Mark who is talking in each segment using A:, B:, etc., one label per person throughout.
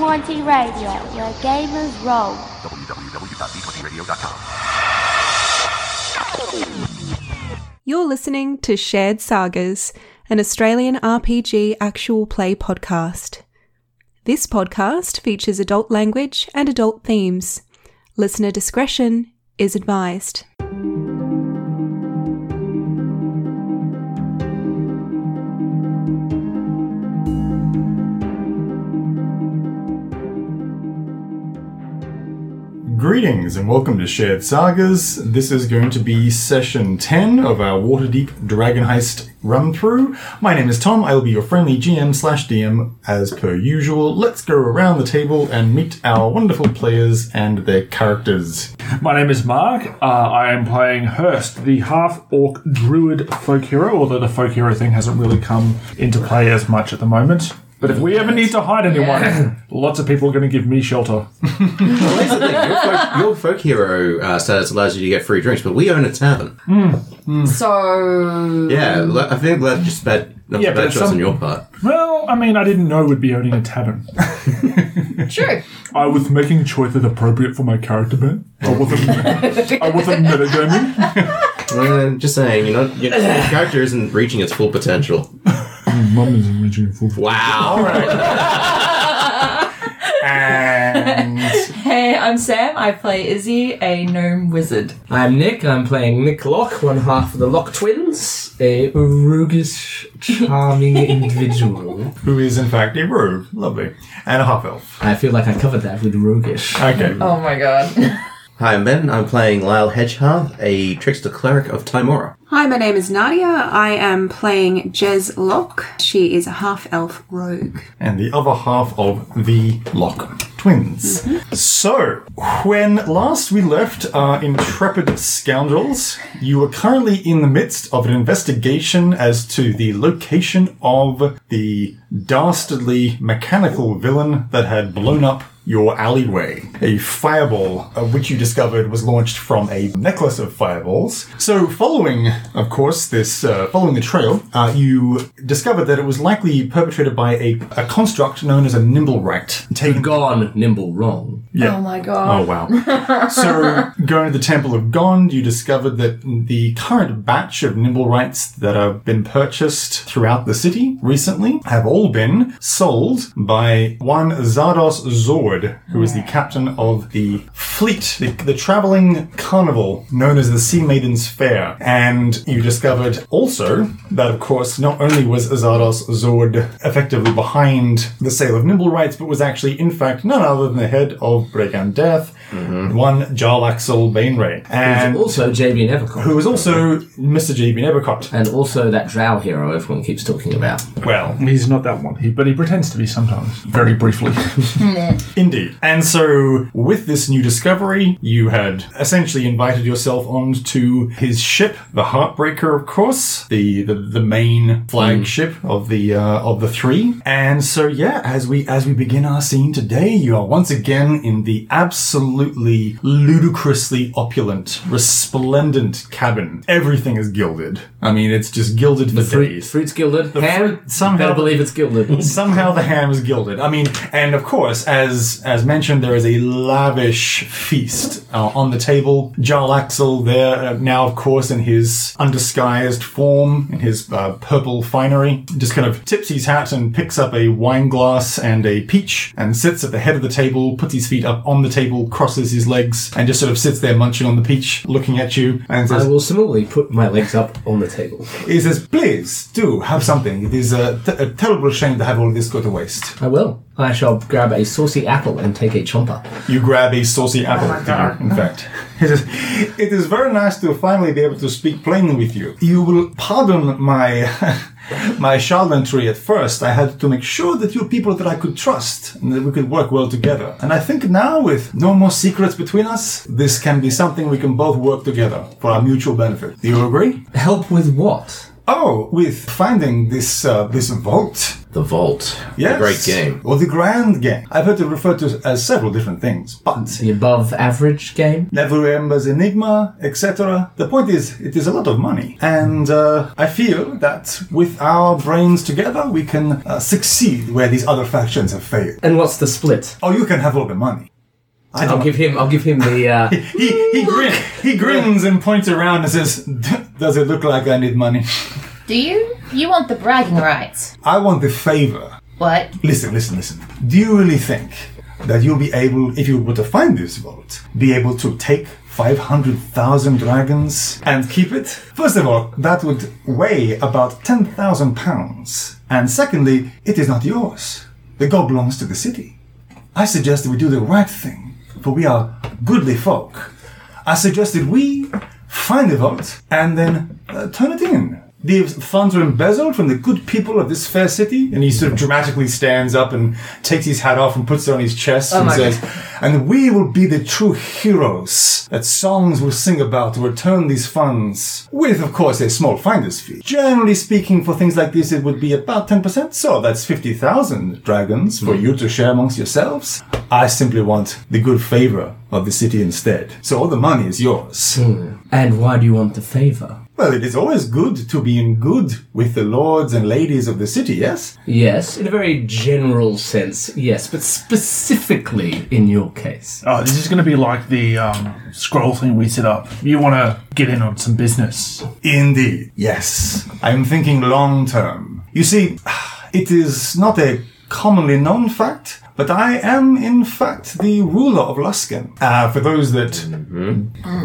A: Radio, where gamers roll.
B: You're listening to Shared Sagas, an Australian RPG actual play podcast. This podcast features adult language and adult themes. Listener discretion is advised.
C: Greetings and welcome to Shared Sagas. This is going to be session 10 of our Waterdeep Dragon Heist run through. My name is Tom, I will be your friendly GM slash DM as per usual. Let's go around the table and meet our wonderful players and their characters.
D: My name is Mark. Uh, I am playing Hurst, the half orc druid folk hero, although the folk hero thing hasn't really come into play as much at the moment. But if we ever need to hide anyone, lots of people are going to give me shelter.
E: your, folk, your folk hero uh, status allows you to get free drinks, but we own a tavern.
F: So
E: Yeah, le- I think that's just bad.
D: Mm.
E: Not
D: Yeah,
E: a
D: but
E: bad
D: if
E: choice
D: some-
E: on your part.
D: Well, I mean, I didn't know we'd be owning a tavern.
F: true.
D: I was making choices appropriate for my character, but I wasn't. I wasn't metagaming.
E: Uh, just saying, you know, your, your character isn't reaching its full potential.
D: Mum is reaching full.
E: Wow.
C: And
F: Hey, I'm Sam. I play Izzy, a gnome wizard.
G: I'm Nick. I'm playing Nick Locke, one half of the Locke twins, a roguish, charming individual.
C: who is in fact a rogue, lovely, and a half elf.
G: I feel like I covered that with roguish.
C: Okay,
F: Oh my god.
E: Hi, I'm Ben. I'm playing Lyle Hedgeheart, a trickster cleric of Timora.
B: Hi, my name is Nadia. I am playing Jez Locke. She is a half elf rogue.
C: and the other half of the Lock twins. So, when last we left our intrepid scoundrels, you were currently in the midst of an investigation as to the location of the dastardly mechanical villain that had blown up your alleyway. A fireball, of which you discovered was launched from a necklace of fireballs. So, following, of course, this, uh, following the trail, uh, you discovered that it was likely perpetrated by a, a construct known as a nimble right. Taken
G: Gone, nimble, wrong.
C: Yeah.
F: Oh my
C: Oh
F: god.
C: wow! so going to the Temple of Gond, you discovered that the current batch of nimble rights that have been purchased throughout the city recently have all been sold by one Zardos Zord, who is the captain of the fleet, the, the traveling carnival known as the Sea Maidens Fair. And you discovered also that, of course, not only was Zardos Zord effectively behind the sale of nimble rights, but was actually, in fact, none other than the head of Breakout Death, one Jarlaxle Bainray. And
G: And also JB Nevercon.
C: who was also Mr. J.B. Nevercott.
G: and also that drow hero everyone keeps talking about.
C: Well,
D: He's not that one, he, but he pretends to be sometimes, very briefly.
C: Indeed. And so, with this new discovery, you had essentially invited yourself onto his ship, the Heartbreaker, of course, the the, the main flagship of the uh, of the three. And so, yeah, as we as we begin our scene today, you are once again in the absolutely ludicrously opulent, resplendent cabin. Everything is gilded. I mean, it's just gilded for
G: Fruit,
C: days.
G: fruit's gilded. ham?
C: fruit- somehow-
G: Better believe it's gilded.
C: Somehow the ham is gilded. I mean, and of course, as as mentioned, there is a lavish feast uh, on the table. Jarl Axel there uh, now, of course, in his undisguised form, in his uh, purple finery, just kind of tips his hat and picks up a wine glass and a peach and sits at the head of the table, puts his feet up on the table, crosses his legs, and just sort of sits there munching on the peach, looking at you, and says,
G: I will similarly put my legs up on the table.
C: "He says, please do have something. It is a, t- a terrible shame to have all this go to waste."
G: I will. I shall grab a saucy apple and take a chomper.
C: You grab a saucy apple. in fact, it is, it is very nice to finally be able to speak plainly with you. You will pardon my my charlatanry at first. I had to make sure that you're people that I could trust and that we could work well together. And I think now, with no more secrets between us, this can be something we can both work together for our mutual benefit. Do you agree?
G: Help with what?
C: Oh, with finding this uh, this vault
E: The Vault.
C: Yes.
E: The great game.
C: Or the grand game. I've heard it referred to as several different things, but
G: The above average game.
C: Never Remembers Enigma, etc. The point is, it is a lot of money. And uh, I feel that with our brains together, we can uh, succeed where these other factions have failed.
G: And what's the split?
C: Oh, you can have all the money. I
G: I'll
C: don't
G: give him. I'll give him the. Uh,
C: he, he, grin, he grins and points around and says, "D- Does it look like I need money?
H: Do you? You want the bragging rights.
C: I want the favor.
H: What?
C: Listen, listen, listen. Do you really think that you'll be able, if you were to find this vault, be able to take 500,000 dragons and keep it? First of all, that would weigh about 10,000 pounds. And secondly, it is not yours. The gold belongs to the city. I suggested we do the right thing, for we are goodly folk. I suggested we find the vault and then uh, turn it in. The funds were embezzled from the good people of this fair city. And he sort of dramatically stands up and takes his hat off and puts it on his chest and
G: my
C: says, And we will be the true heroes that songs will sing about to return these funds. With, of course, a small finder's fee. Generally speaking, for things like this, it would be about 10%. So that's 50,000 dragons for you to share amongst yourselves. I simply want the good favor of the city instead. So all the money is yours.
G: and why do you want the favor?
C: Well, it is always good to be in good with the lords and ladies of the city, yes?
G: Yes, in a very general sense, yes, but specifically in your case.
D: Oh, this is going to be like the um, scroll thing we set up. You want to get in on some business.
C: Indeed. Yes. I'm thinking long term. You see, it is not a commonly known fact, but I am, in fact, the ruler of Luskin. Uh, for those that.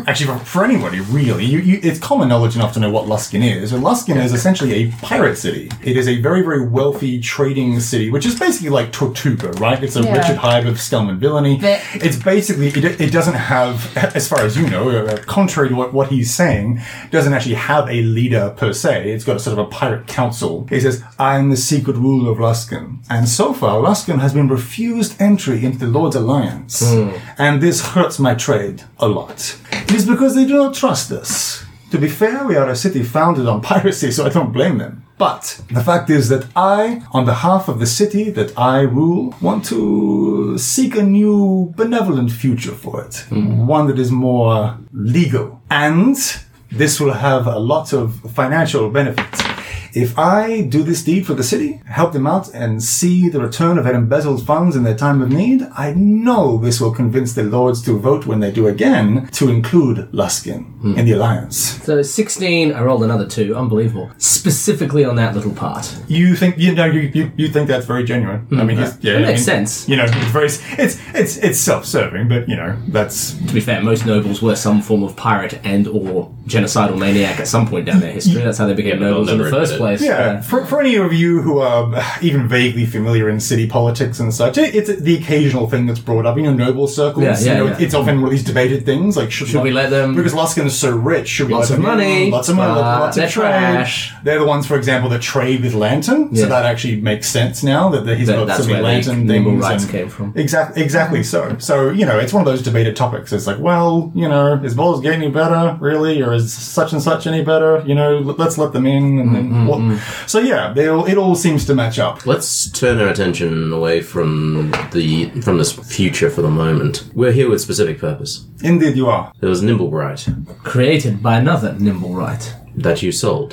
C: Actually, for, for anybody, really, you, you, it's common knowledge enough to know what Luskin is. And Luskin is essentially a pirate city. It is a very, very wealthy trading city, which is basically like Tortuga, right? It's a
F: Yeah.
C: Richard Hive of scum and villainy.
H: But-
C: It's basically it, it doesn't have, as far as you know, uh, contrary to what, what he's saying, doesn't actually have a leader per se. It's got a sort of a pirate council. He says, "I'm the secret ruler of Luskin," and so far Luskin has been refused entry into the Lord's Alliance, and this hurts my trade a lot. It is because they do not trust us. To be fair, we are a city founded on piracy, so I don't blame them. But the fact is that I, on behalf of the city that I rule, want to seek a new benevolent future for it. One that is more legal. And this will have a lot of financial benefits. If I do this deed for the city, help them out, and see the return of their embezzled funds in their time of need, I know this will convince the lords to vote when they do again to include Luskin
G: Hmm.
C: in the alliance.
G: So 16, I rolled another two, unbelievable. Specifically on that little part.
C: You think you know you, you, you think that's very genuine. I mean, he's-
G: It
C: yeah, I
G: Hmm. makes
C: mean,
G: sense.
C: You know, it's very it's it's it's self-serving, but you know that's
G: To be fair, most nobles were some form of pirate and or genocidal maniac at some point down their history. That's how they became
E: Yeah, but
G: nobles in
E: they'll
G: the
E: never
G: first
E: admit it.
G: place.
C: yeah. uh, For, for any of you who are uh, even vaguely familiar in city politics and such, it, it's the occasional thing that's brought up in your noble circles.
G: Yeah, yeah,
C: you know,
G: yeah.
C: it's often one of these debated things like should,
G: Should we let them-
C: because Luskin is so rich? Should we
G: Lots
C: let
G: of
C: them in?
G: money,
C: Lots of money.
G: but
C: Lots of
G: they're
C: trade.
G: trash.
C: They're the ones, for example, that trade with Lantern.
G: Yeah.
C: So that actually makes sense now that, that he's
G: That-
C: got
G: that's
C: so many
G: where the
C: Lantern
G: nimble
C: things
G: rights
C: and-
G: came from.
C: Exactly, exactly. So, so you know, it's one of those debated topics. It's like, well, you know, is Bowls getting any better, really, or is such and such any better? You know, l- let's let them in, and
G: Mm,
C: then what? So yeah, they all, it all seems to match up.
E: Let's turn our attention away from the from this future for the moment. We're here with specific purpose.
C: Indeed, you are
E: There was Nimblebright
G: Uh, Created by another Nimblewright.
E: that you sold.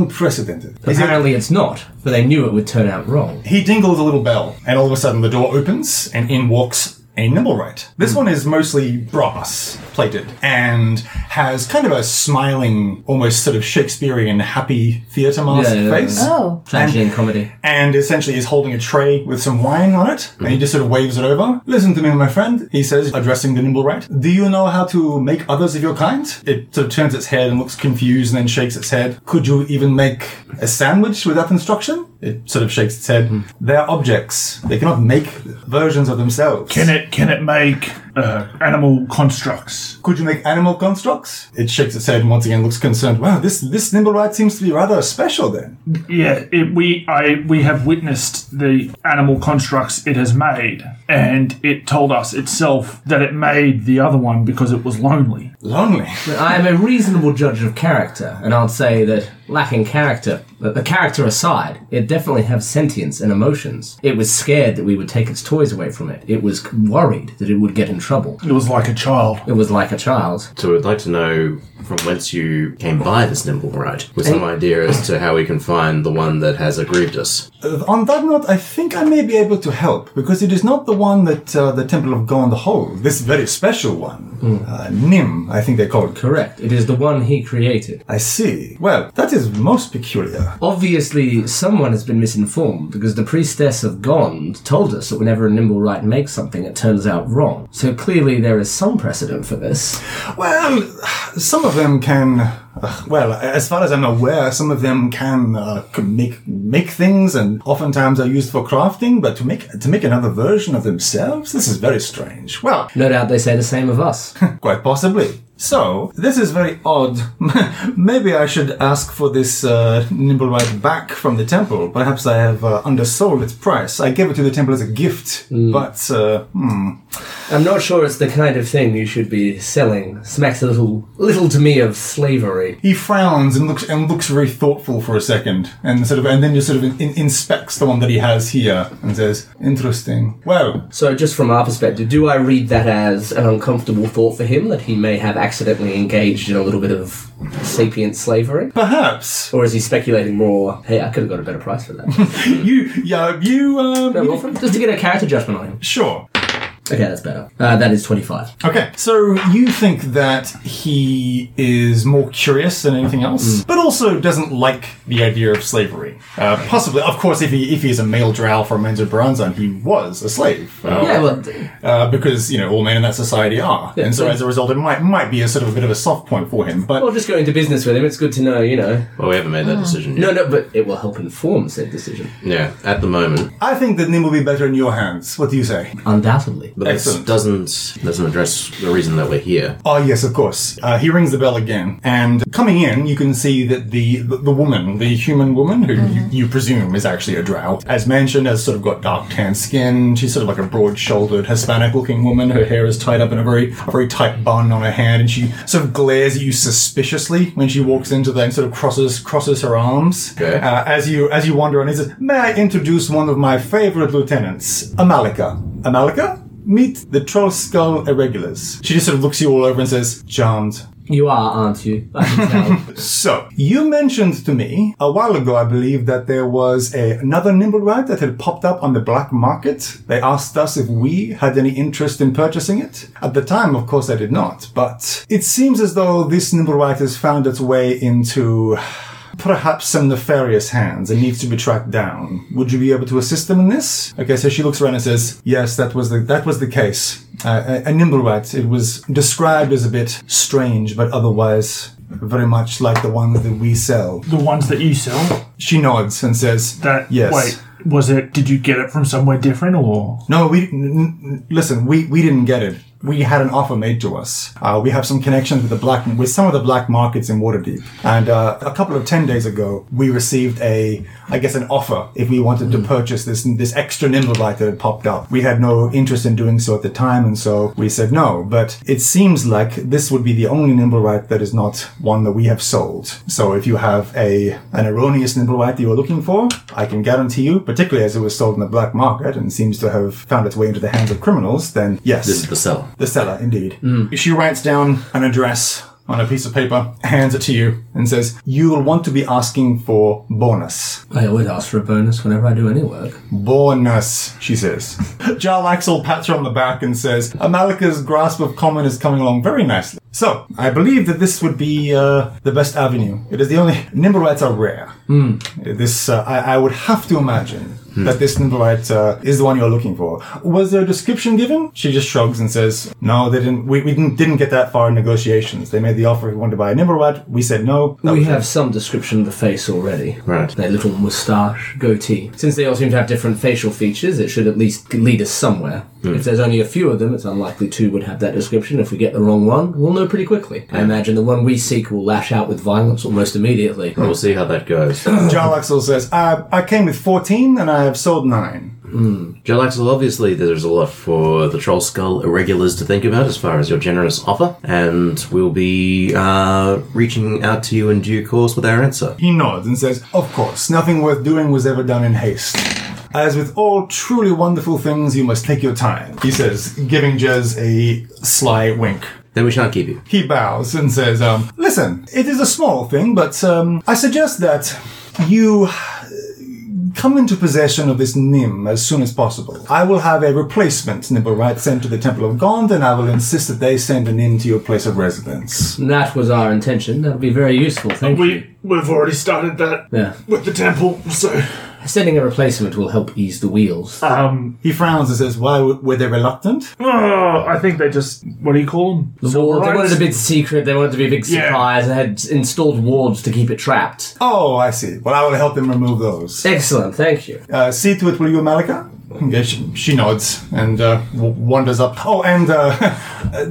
C: unprecedented. Is it-
G: Apparently it's not, but they knew it would turn out wrong.
C: He dingles a little bell, and all of a sudden the door opens, and in walks a Nimblewright. This
G: Mm.
C: one is mostly brass plated and has kind of a smiling, almost sort of Shakespearean happy theatre mask
G: Yeah, yeah,
C: face.
G: yeah.
H: Oh.
G: Tragedy and comedy.
C: and essentially is holding a tray with some wine on it, and he just sort of waves it over. Listen to me, my friend, he says, addressing the nimble rat. Do you know how to make others of your kind? It sort of turns its head and looks confused and then shakes its head. Could you even make a sandwich without instruction? It sort of shakes its head. They're objects. They cannot make versions of themselves.
D: Can it? Can it make uh, animal constructs.
C: Could you make animal constructs? It shakes its head and once again looks concerned. Wow, this this nimble right seems to be rather special then.
D: Yeah, it, we I we have witnessed the animal constructs it has made, and it told us itself that it made the other one because it was lonely.
C: Lonely.
G: I am a reasonable judge of character, and I'd say that lacking character, but the character aside, it definitely has sentience and emotions. It was scared that we would take its toys away from it. It was worried that it would get in trouble.
D: It was like a child.
G: It was like a child.
E: So we'd like to know from whence you came by this nimble right, with some idea as to how we can find the one that has aggrieved us.
C: Uh, on that note, I think I may be able to help because it is not the one that uh, the Temple of Gond holds. This very special one, uh, Nim, I think they call it.
G: Correct. It is the one he created.
C: I see. Well, that is most peculiar.
G: Obviously, someone has been misinformed because the priestess of Gond told us that whenever a nimble right makes something, it turns out wrong. So clearly, there is some precedent for this.
C: Well, some of them can. Uh, well, as far as I'm aware, some of them can, uh, can make make things, and oftentimes are used for crafting. But to make to make another version of themselves, this is very strange. Well,
G: No doubt they say the same of us.
C: Quite possibly. So, this is very odd. Maybe I should ask for this uh, nimble right back from the temple. Perhaps I have uh, undersold its price. I gave it to the temple as a gift, but uh, hmm.
G: I'm not sure it's the kind of thing you should be selling. Smacks a little, little to me of slavery.
C: he frowns and looks and looks very thoughtful for a second, and sort of and then just sort of in, inspects the one that he has here and says, "Interesting. Well,
G: So, just from our perspective, do I read that as an uncomfortable thought for him that he may have accidentally engaged in a little bit of sapient slavery?
C: perhaps
G: Or is he speculating more, hey, I could have got a better price for that?
C: you, yeah, you, um,
G: No, roll for it, just to get a character judgment on him.
C: sure."
G: Okay, that's better. Uh, that is 25.
C: Okay, so you think that he is more curious than anything else,
G: Mm.
C: but also doesn't like the idea of slavery. Uh, possibly, of course, if he if he is a male drow from Menzo Baranzan, he was a slave. Uh,
G: Yeah, Oh, well, d-
C: uh, because you know all men in that society are,
G: Yeah,
C: and so
G: so-
C: as a result, it might might be a sort of a bit of a soft point for him. But
G: well, just go into business with him, it's good to know, you know.
E: Well, we haven't made that decision
G: No,
E: yet.
G: no, but it will help inform said decision.
E: Yeah, at the moment.
C: I think that Nim will be better in your hands. What do you say?
G: Undoubtedly.
E: But this
C: Excellent.
E: doesn't, doesn't address the reason that we're here.
C: Oh yes, of course. Uh, he rings the bell again, and coming in, you can see that the the, the woman, the human woman, who you, you presume is actually a drow, as mentioned, has sort of got dark tan skin. She's sort of like a broad-shouldered Hispanic-looking woman. Her hair is tied up in a very a very tight bun on her hand, and she sort of glares at you suspiciously when she walks into there and sort of crosses crosses her arms
E: Okay.
C: uh, as you as you wander on. He says, "May I introduce one of my favorite lieutenants, Amalika? Amalika?" Meet the Troll Skull Irregulars. She just sort of looks you all over and says, Charmed.
G: You are, aren't you? I can tell.
C: So, you mentioned to me a while ago, I believe, that there was a, another nimble rat that had popped up on the black market. They asked us if we had any interest in purchasing it. At the time, of course, I did not, but it seems as though this nimble rat has found its way into perhaps some nefarious hands and needs to be tracked down. Would you be able to assist them in this? Okay, so she looks around and says, "Yes, that was the that was the case. Uh, a, a nimble rat. It was described as a bit strange, but otherwise." Very much like the one that we sell.
D: The ones that you sell.
C: She nods and says,
D: That
C: yes.
D: wait, was it? Did you get it from somewhere different or?
C: No, we n- n- listen. We we didn't get it. We had an offer made to us. Uh, we have some connections with the black with some of the black markets in Waterdeep, and uh, a couple of ten days ago, we received a I guess an offer if we wanted to purchase this this extra nimble light that had popped up. We had no interest in doing so at the time, and so we said no. But it seems like this would be the only nimble light that is not one that we have sold. So if you have a an erroneous nimble light that you are looking for, I can guarantee you, particularly as it was sold in the black market and seems to have found its way into the hands of criminals, then yes,
E: This is the Mm. cell.
C: the seller indeed. She writes down an address on a piece of paper, hands it to you, and says, "You will want to be asking for bonus."
G: I always ask for a bonus whenever I do any work.
C: Bonus, she says. Jarl Axel pats her on the back and says, Amalika's grasp of common is coming along very nicely. So, I believe that this would be uh, the best Hmm. avenue. It is the only. Nimble rats are rare. This, uh, I, I would have to imagine, that this Nimblewite uh, is the one you're looking for. Was there a description given? She just shrugs and says, no, they didn't. We, we didn't, didn't get that far in negotiations. They made the offer if you wanted to buy a Nimblewite. We said no. That
G: we
C: was it.
G: have some description of the face already.
E: Right.
G: Their little moustache, goatee. Since they all seem to have different facial features, it should at least lead us somewhere. If there's only a few of them, it's unlikely two would have that description. If we get the wrong one, we'll know pretty quickly. I imagine the one we seek will lash out with violence almost immediately.
E: We'll see how that goes.
C: Jarlaxle says, I, I came with 14 and I have sold nine.
E: Jarlaxle, obviously, there's a lot for the Troll Skull irregulars to think about as far as your generous offer, and we'll be uh, reaching out to you in due course with our answer.
C: He nods and says, Of course, nothing worth doing was ever done in haste. As with all truly wonderful things, you must take your time, he says, giving Jez a sly wink.
E: Then we shan't keep you.
C: He bows and says, um, Listen, it is a small thing, but um, I suggest that you uh, come into possession of this Nim as soon as possible. I will have a replacement Nimble Right sent to the Temple of Gond, and I will insist that they send a Nim to your place of residence.
G: And that was our intention. That'll be very useful, thank you.
D: We we've already started that
G: Yeah.
D: with the temple, so
G: Sending a replacement will help ease the wheels.
D: um,
C: He frowns and says, Why w- were they reluctant?
D: oh, I think they just what do you call them?
G: The wall, they wanted a big secret, they wanted to be a big
D: Yeah.
G: surprise, they had installed wards to keep it trapped.
C: Oh, I see. Well, I will help them remove those.
G: Excellent, thank you.
C: Uh, see to it, will you, Malika? Yeah, she, she nods and uh, w- wanders up. Oh, and uh,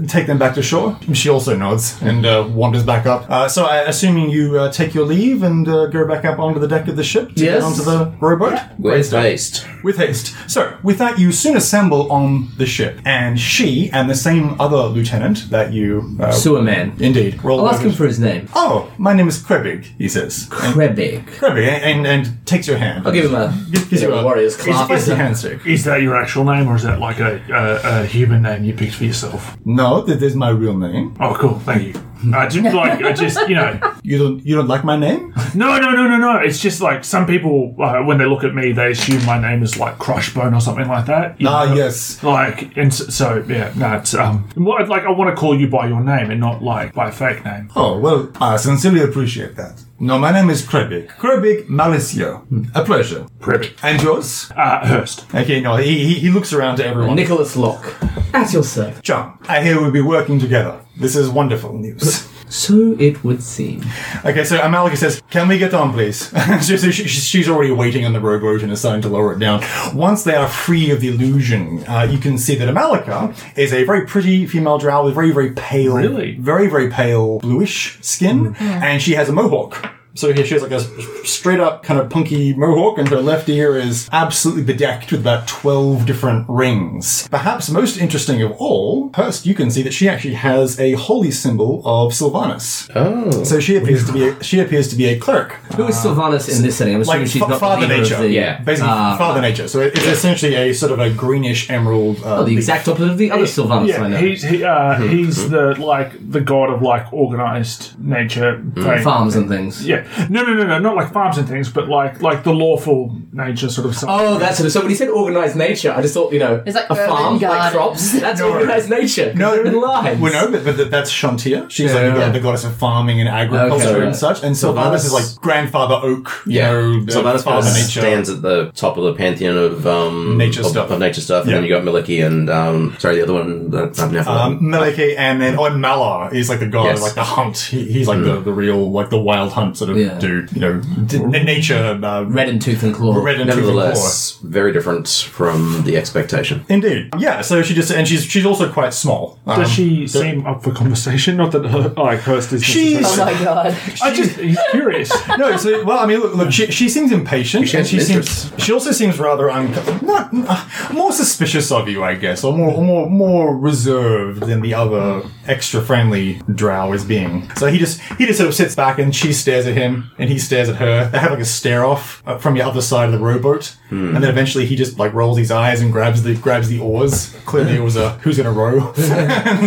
C: take them back to shore. She also nods and uh, wanders back up. Uh, so, I, assuming you uh, take your leave and uh, go back up onto the deck of the ship to get
G: Yes.
C: onto the rowboat.
E: Where's based?
C: with haste. So, with that, you soon assemble on the ship, and she and the same other lieutenant that you. Uh,
G: Sewer man.
C: Indeed. Roll
G: I'll ask him
C: notice.
G: for his name.
C: Oh, my name is Krebig, he says.
G: Krebig.
C: Krebig, and, and, and takes your hand.
G: I'll give him a,
C: Gives
G: you
C: you
G: know,
C: a-
G: warrior's clasp.
C: It's a handshake.
D: Is that your actual name, or is that like a, a, a human name you picked for yourself?
C: No, that is my real name.
D: Oh, cool. Thank you. I just like I just you know.
C: You don't you don't like my name?
D: No, no, no, no, no. It's just like some people uh, when they look at me, they assume my name is like Crushbone or something like that. you
C: ah,
D: know?
C: yes.
D: Like and s- so yeah, no. It's, um, more like I want to call you by your name and not like by a fake name.
C: Oh well, I sincerely appreciate that. No, my name is Krebig. Krebig Malicio. A pleasure.
D: Perfect.
C: And yours?
D: Uh, Hurst.
C: Okay, no, he, he, he looks around to everyone.
G: Nicholas Locke. At your service.
C: Chum, I hear we'll be working together. This is wonderful news.
G: So it would seem.
C: okay, so Amalika says, "Can we get on, please?" so, so she, she's already waiting on the rowboat and is starting to lower it down. Once they are free of the illusion, uh, you can see that Amalika is a very pretty female drow with very, very pale,
D: Really?
C: very, very pale bluish skin, and she has a mohawk. So here she has like a s- straight up kind of punky mohawk, and her left ear is absolutely bedecked with about 12 different rings. Perhaps most interesting of all, Hurst, you can see that she actually has a holy symbol of Sylvanus. Oh. So she appears to be a, she appears to be a cleric.
G: Who is Sylvanas in this setting? I'm assuming
C: Like
G: she's
C: fa-
G: not
C: Father
G: the leader
C: Nature.
G: of the...
E: Yeah.
C: Basically, Father Nature. So it's essentially a sort of a greenish emerald. Uh,
G: Oh, the
C: leaf.
G: exact opposite of the other Sylvanas I know.
D: Yeah, he's he, uh, he's the like the god of like organized nature
G: Mm.
D: thing.
G: Farms and things.
D: Yeah, no, no, no, no, not like farms and things, but like like the lawful nature sort of. Side.
G: Oh, that's it. So when he said organised nature, I just thought, you know,
H: It's like
G: a
H: urban
G: farm, like
H: gardens.
G: crops. That's organised nature. No,
C: No,
G: they're in lines.
C: Well, no, but, but that- that's Shantia. She's like the,
G: Yeah.
C: the goddess of farming and agriculture
G: Okay.
C: and such. And Sylvanas is like grandfather oak. You
E: Yeah.
C: know,
E: so
C: uh,
E: that kind of stands at the top of the pantheon of um,
C: Nature
E: of,
C: stuff.
E: of nature stuff, and
C: Yeah.
E: then you got Maliki and um, sorry, the other one. That I've never.
C: Um, Meleke and then oh, and Malar is like the god,
E: Yes.
C: like the hunt. He, he's like the, the real, like the wild hunt sort of
G: Yeah.
C: dude. You know, d- n- nature, uh,
G: Red in tooth and claw.
C: red and
E: Nevertheless, very different from the expectation.
C: Indeed, yeah. So she just and she's she's also quite small. Um,
D: Does she seem up for conversation? Not that her, like Hurst is.
C: She's-
F: Oh my god.
D: I just he's curious.
C: no, so well, I mean, look, look she, she seems impatient,
E: She
C: and
E: has
C: she
E: an
C: seems she also seems rather unco- not uh, more suspicious of you, I guess, or more or more more reserved than the other extra friendly drow is being. So he just he just sort of sits back, and she stares at him, and he stares at her. They have like a stare off uh, from the other side of the rowboat,
E: Hmm.
C: and then eventually he just like rolls his eyes and grabs the grabs the oars. Clearly, it was a who's in a row, and,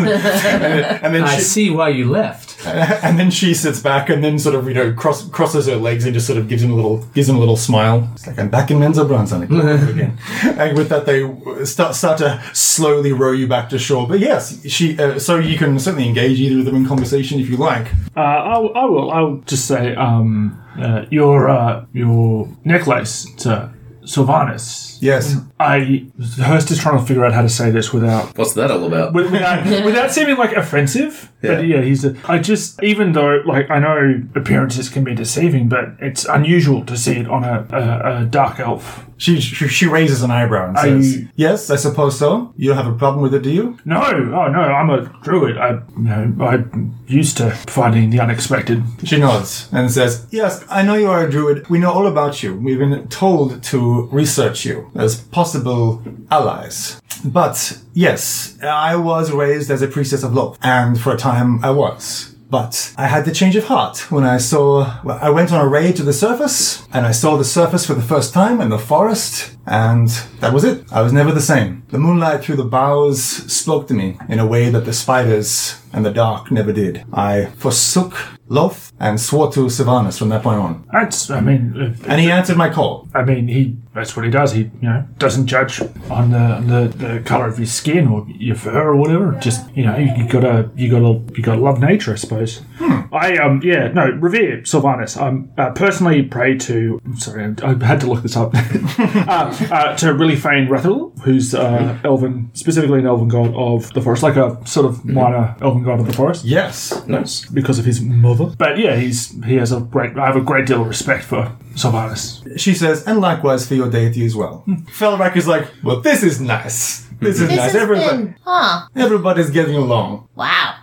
C: then- and then
G: I
C: she,
G: see why you left.
C: and then she sits back and then sort of, you know, cross, crosses her legs and just sort of gives him a little, gives him a little smile. It's like, I'm back in Menzo Bronson again. and with that, they uh, start, start to slowly row you back to shore. But yes, she, uh, so you can certainly engage either of them in conversation if you like.
D: Uh, I, will- I will. I'll just say um, uh, your uh, your necklace, sir, Sylvanus.
C: Yes.
D: I Hurst is trying to figure out how to say this without
E: What's that all about?
D: with- without, without seeming like offensive. But
E: Yeah.
D: yeah, he's. A, I just even though like I know appearances can be deceiving, but it's unusual to see it on a, a, a dark elf.
C: She, she she raises an eyebrow and
D: Are
C: says,
D: you-
C: "Yes, I suppose so. You don't have a problem with it, do you?"
D: No, oh no, I'm a druid. I you know I'm used to finding the unexpected.
C: She nods and says, Yes, I know you are a druid. We know all about you. We've been told to research you as possible allies. But yes, I was raised as a priestess of love, and for a time I was. But I had the change of heart when I saw, well, I went on a raid to the surface, and I saw the surface for the first time in the forest, and that was it. I was never the same. The moonlight through the boughs spoke to me in a way that the spiders and the dark never did. I forsook Loth and swore to Sylvanus from that point on.
D: That's I mean uh,
C: And he answered my call.
D: I mean, he that's what he does. He you know doesn't judge on the on the, the color of your skin or your fur or whatever. Just you know, you, you gotta you gotta you gotta love nature, I suppose. I um yeah no revere Sylvanus. I'm uh, personally pray to. I'm sorry, I, I had to look this up. uh, uh, to really fain Rathul, who's uh, elven specifically an elven god of the forest, like a sort of minor elven god of the forest
C: Yes.
E: Nice.
D: because of his mother. But yeah, he's he has a great. I have a great deal of respect for Sylvanus.
C: She says, and likewise for your deity as well. Hmm. Felrak is like, well, this is nice. This is
H: This
C: nice.
H: has
C: Everybody,
H: been, huh?
C: everybody's getting along.
H: Wow.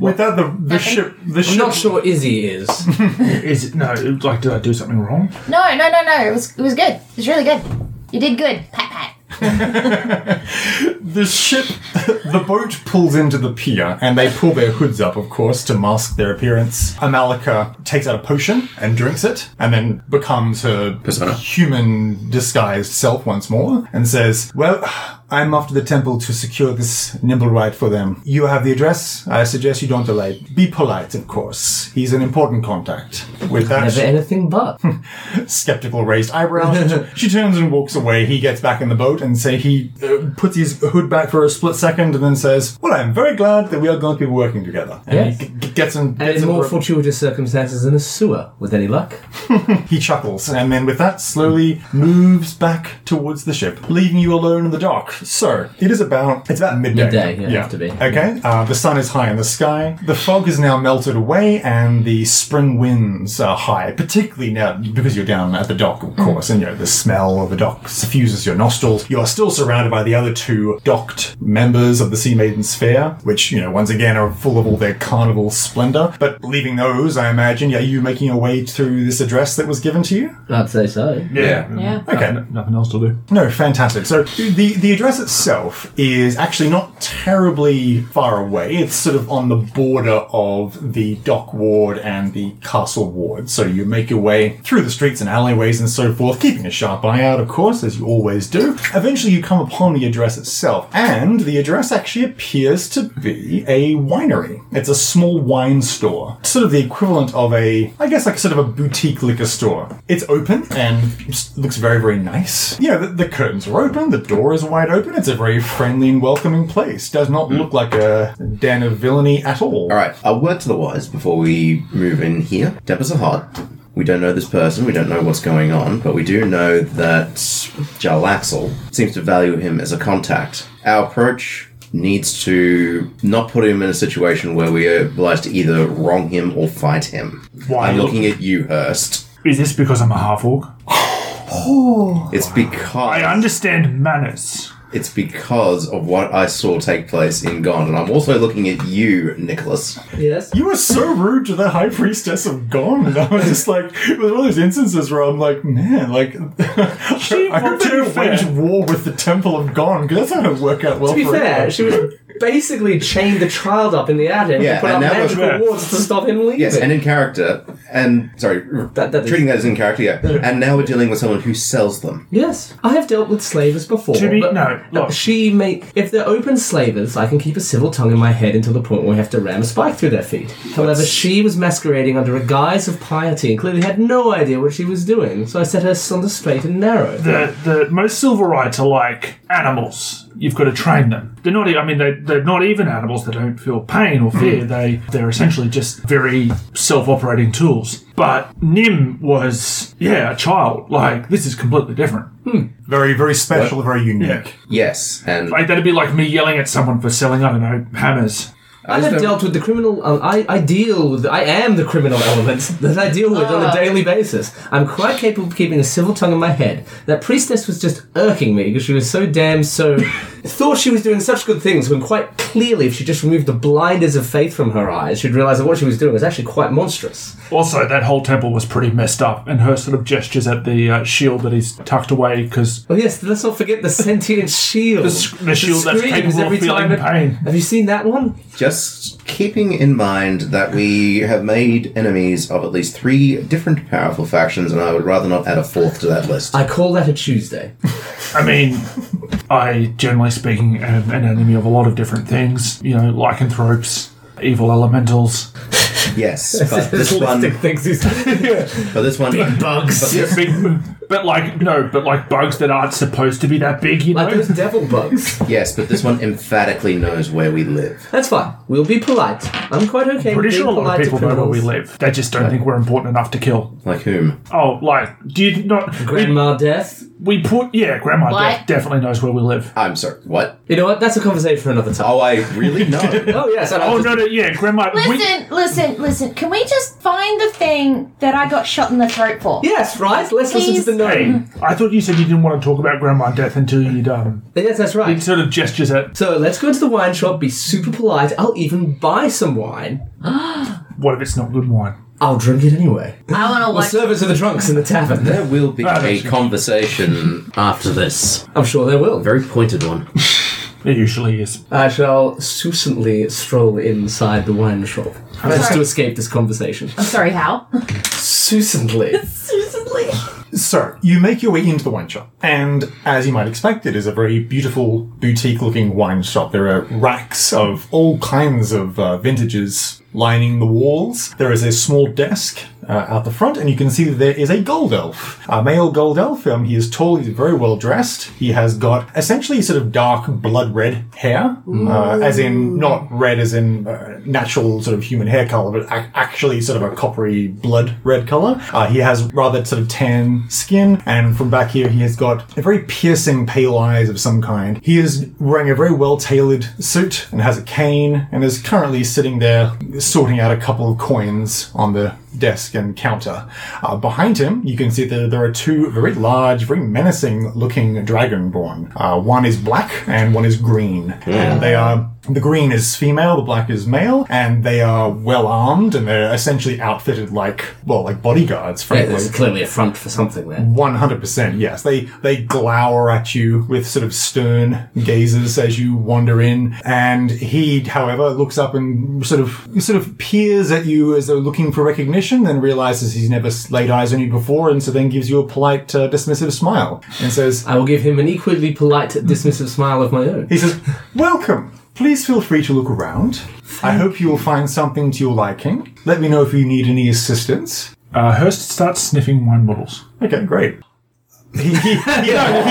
C: Without the, the
H: Nothing.
C: ship, the
G: I'm
C: ship.
G: not sure Izzy is.
D: Is it, no like did I do something wrong?
H: No, no, no, no. It was it was good. It was really good. You did good. Pat pat.
C: The ship, the boat pulls into the pier, and they pull their hoods up, of course, to mask their appearance. Amalika takes out a potion and drinks it, and then becomes her
E: Persona.
C: human disguised self once more, and says, "Well." I'm off to the temple to secure this nimble ride for them. You have the address. I suggest you don't delay. Be polite, of course. He's an important contact. With that,
G: Never anything but.
C: skeptical raised eyebrows. she turns and walks away. He gets back in the boat and say he uh, puts his hood back for a split second and then says, "Well, I'm very glad that we are going to be working together." And
G: Yes.
C: he g- g- gets in,
G: And
C: gets
G: in
C: in
G: more
C: the-
G: fortuitous circumstances than a sewer, with any luck.
C: he chuckles and then with that slowly moves back towards the ship, leaving you alone in the dark. So it is about it's about midday.
G: Midday, yeah, have to be.
C: Okay. Uh, the sun is high in the sky. The fog is now melted away, and the spring winds are high, particularly now because you're down at the dock, of course, and you know the smell of the dock suffuses your nostrils. You are still surrounded by the other two docked members of the Sea Maiden's Fair, which you know once again are full of all their carnival splendor. But leaving those, I imagine, are you making your way through this address that was given to you?
G: I'd say so.
E: Yeah.
F: Yeah.
C: Okay.
D: Nothing- nothing else to do.
C: No, fantastic. So the the address itself is actually not terribly far away. It's sort of on the border of the dock ward and the castle ward. So you make your way through the streets and alleyways and so forth, keeping a sharp eye out, of course, as you always do. Eventually, you come upon the address itself, and the address actually appears to be a winery. It's a small wine store, sort of the equivalent of a, I guess, like sort of a boutique liquor store. It's open and s- looks very, very nice. You know, the, the curtains are open, the door is wide open. It's a very friendly and welcoming place. Does not look like a den of villainy at all.
E: All right. A word to the wise before we move in here. Tempers are hot. We don't know this person. We don't know what's going on, but we do know that Jalaxel seems to value him as a contact. Our approach needs to not put him in a situation where we are obliged to either wrong him or fight him.
D: Why
E: I'm
D: look-
E: looking at you, Hurst.
D: Is this because I'm a half orc?
E: It's because
D: I understand manners.
E: It's because of what I saw take place in Gone, and I'm also looking at you, Nicholas.
G: Yes.
C: You were so rude to the high priestess of Gone. And I was just like, it was one of those instances where I'm like, man, like,
D: She-
C: I
D: well,
C: hope
D: to
C: they
D: be
C: don't wage
D: fair-
C: war with the Temple of Gone because that's not going to work out well
G: To be
C: for
G: fair,
C: anyone.
G: she was basically chained the child up in the attic
E: Yeah,
G: and put
E: and
G: up
E: that was-
G: magical
D: yeah.
G: wards to stop him leaving.
E: Yes, and in character, and sorry,
G: That- that is-
E: treating that as in character, yeah. And now we're dealing with someone who sells them.
G: Yes, I have dealt with slavers before.
D: To be-
G: but uh,
D: no, look.
G: She may. If they're open slavers, I can keep a civil tongue in my head until the point where I have to ram a spike through their feet. However, she was masquerading under a guise of piety and clearly had no idea what she was doing. So I set her on the straight and narrow.
D: The the most silverites are like animals. You've got to train them. They're not. e- I mean, they, they're not even animals. They don't feel pain or
E: Mm.
D: fear. They they're essentially just very self-operating tools. But Nim was yeah a child. Like this is completely different.
C: Very, very special, very unique.
E: Yes, and
D: Like that'd be like me yelling at someone for selling I don't know hammers.
G: I
E: just
G: have
E: don't-
G: dealt with the criminal. Uh, I, I deal with. I am the criminal element that I deal with on a daily basis. I'm quite capable of keeping a civil tongue in my head. That priestess was just irking me because she was so damn so. thought she was doing such good things when quite clearly, if she just removed the blinders of faith from her eyes, she'd realize that what she was doing was actually quite monstrous.
D: Also, that whole temple was pretty messed up, and her sort of gestures at the uh, shield that he's tucked away because
G: Oh yes, let's not forget the sentient shield.
D: The sc- the shield that's
G: screams
D: capable of feeling
G: time it-
D: pain.
G: Have you seen that one?
E: just keeping in mind that we have made enemies of at least three different powerful factions, and I would rather not add a fourth to that list.
G: I call that a Tuesday.
D: I mean, I generally speaking am an enemy of a lot of different things. You know, lycanthropes, evil elementals,
E: Yes, but this one,
G: Holistic things is-
E: but this one,
G: bugs.
D: Yeah, big, but like no, but like bugs that aren't supposed to be that big. You know,
G: Like those devil bugs.
E: yes, but this one emphatically knows where we live.
G: That's fine. We'll be polite. I'm quite okay with
D: pretty
G: being
D: sure a lot
G: polite
D: of people
G: to
D: know where
G: criminals.
D: we live. They just don't think we're important enough to kill.
E: Like whom?
D: Oh, like do you not? We,
G: Grandma Death.
D: we put yeah, grandma
H: What?
D: def- definitely knows where we live.
E: I'm sorry. What?
G: You know what? That's a conversation for another time.
E: Oh, I really know.
G: Oh, yes.
D: Oh no, no, yeah, grandma. we-
H: Listen, listen, listen. Can we just find the thing that I got shot in the throat for?
G: Yes, right? Let's listen
H: Please.
G: to the name.
D: Hey, I thought you said you didn't want to talk about grandma death until you'd um.
G: Yes, that's
D: It
G: right.
D: sort of gestures at
G: So let's go to the wine shop, be super polite. I'll even buy some wine.
D: what if it's not good wine.
G: I'll drink it anyway.
F: I want to
G: I'll
F: watch.
G: serve it to the drunks in the tavern.
E: There will be a conversation.
I: After this,
G: I'm sure they will.
I: very pointed one.
D: It usually is.
G: I shall succinctly stroll inside the wine shop. Just to escape this conversation.
F: I'm sorry, how?
G: Succinctly.
C: So, you make your way into the wine shop, and as you might expect, it is a very beautiful boutique looking wine shop. There are racks of all kinds of uh, vintages lining the walls. There is a small desk uh, out the front, and you can see that there is a gold elf, a male gold elf. Um, he is tall, he's very well dressed. He has got essentially sort of dark blood red hair, uh, as in not red as in uh, natural sort of human hair color, but ac- actually sort of a coppery blood red color. Uh, he has rather sort of tan skin, and from back here, he has got a very piercing pale eyes of some kind. He is wearing a very well tailored suit and has a cane, and is currently sitting there sorting out a couple of coins on the desk and counter. Uh, behind him, you can see that there are two very large, very menacing looking dragonborn. Uh, one is black and one is green. And they are. The green is female, the black is male, and they are well armed and they're essentially outfitted like, well, like bodyguards,
G: Yeah,
C: frankly.
G: there's clearly a front for something there.
C: One hundred percent, yes. They they glower at you with sort of stern gazes as you wander in, and he, however, looks up and sort of sort of peers at you as though looking for recognition, then realizes he's never s- laid eyes on you before, and so then gives you a polite, uh, dismissive smile and says,
G: I will give him an equally polite, dismissive smile of my own.
C: he says, "Welcome. Please feel free to look around. I hope you will find something to your liking. Let me know if you need any assistance."
D: Uh, Hurst starts sniffing wine bottles.
C: Okay, great. He, he, he- no,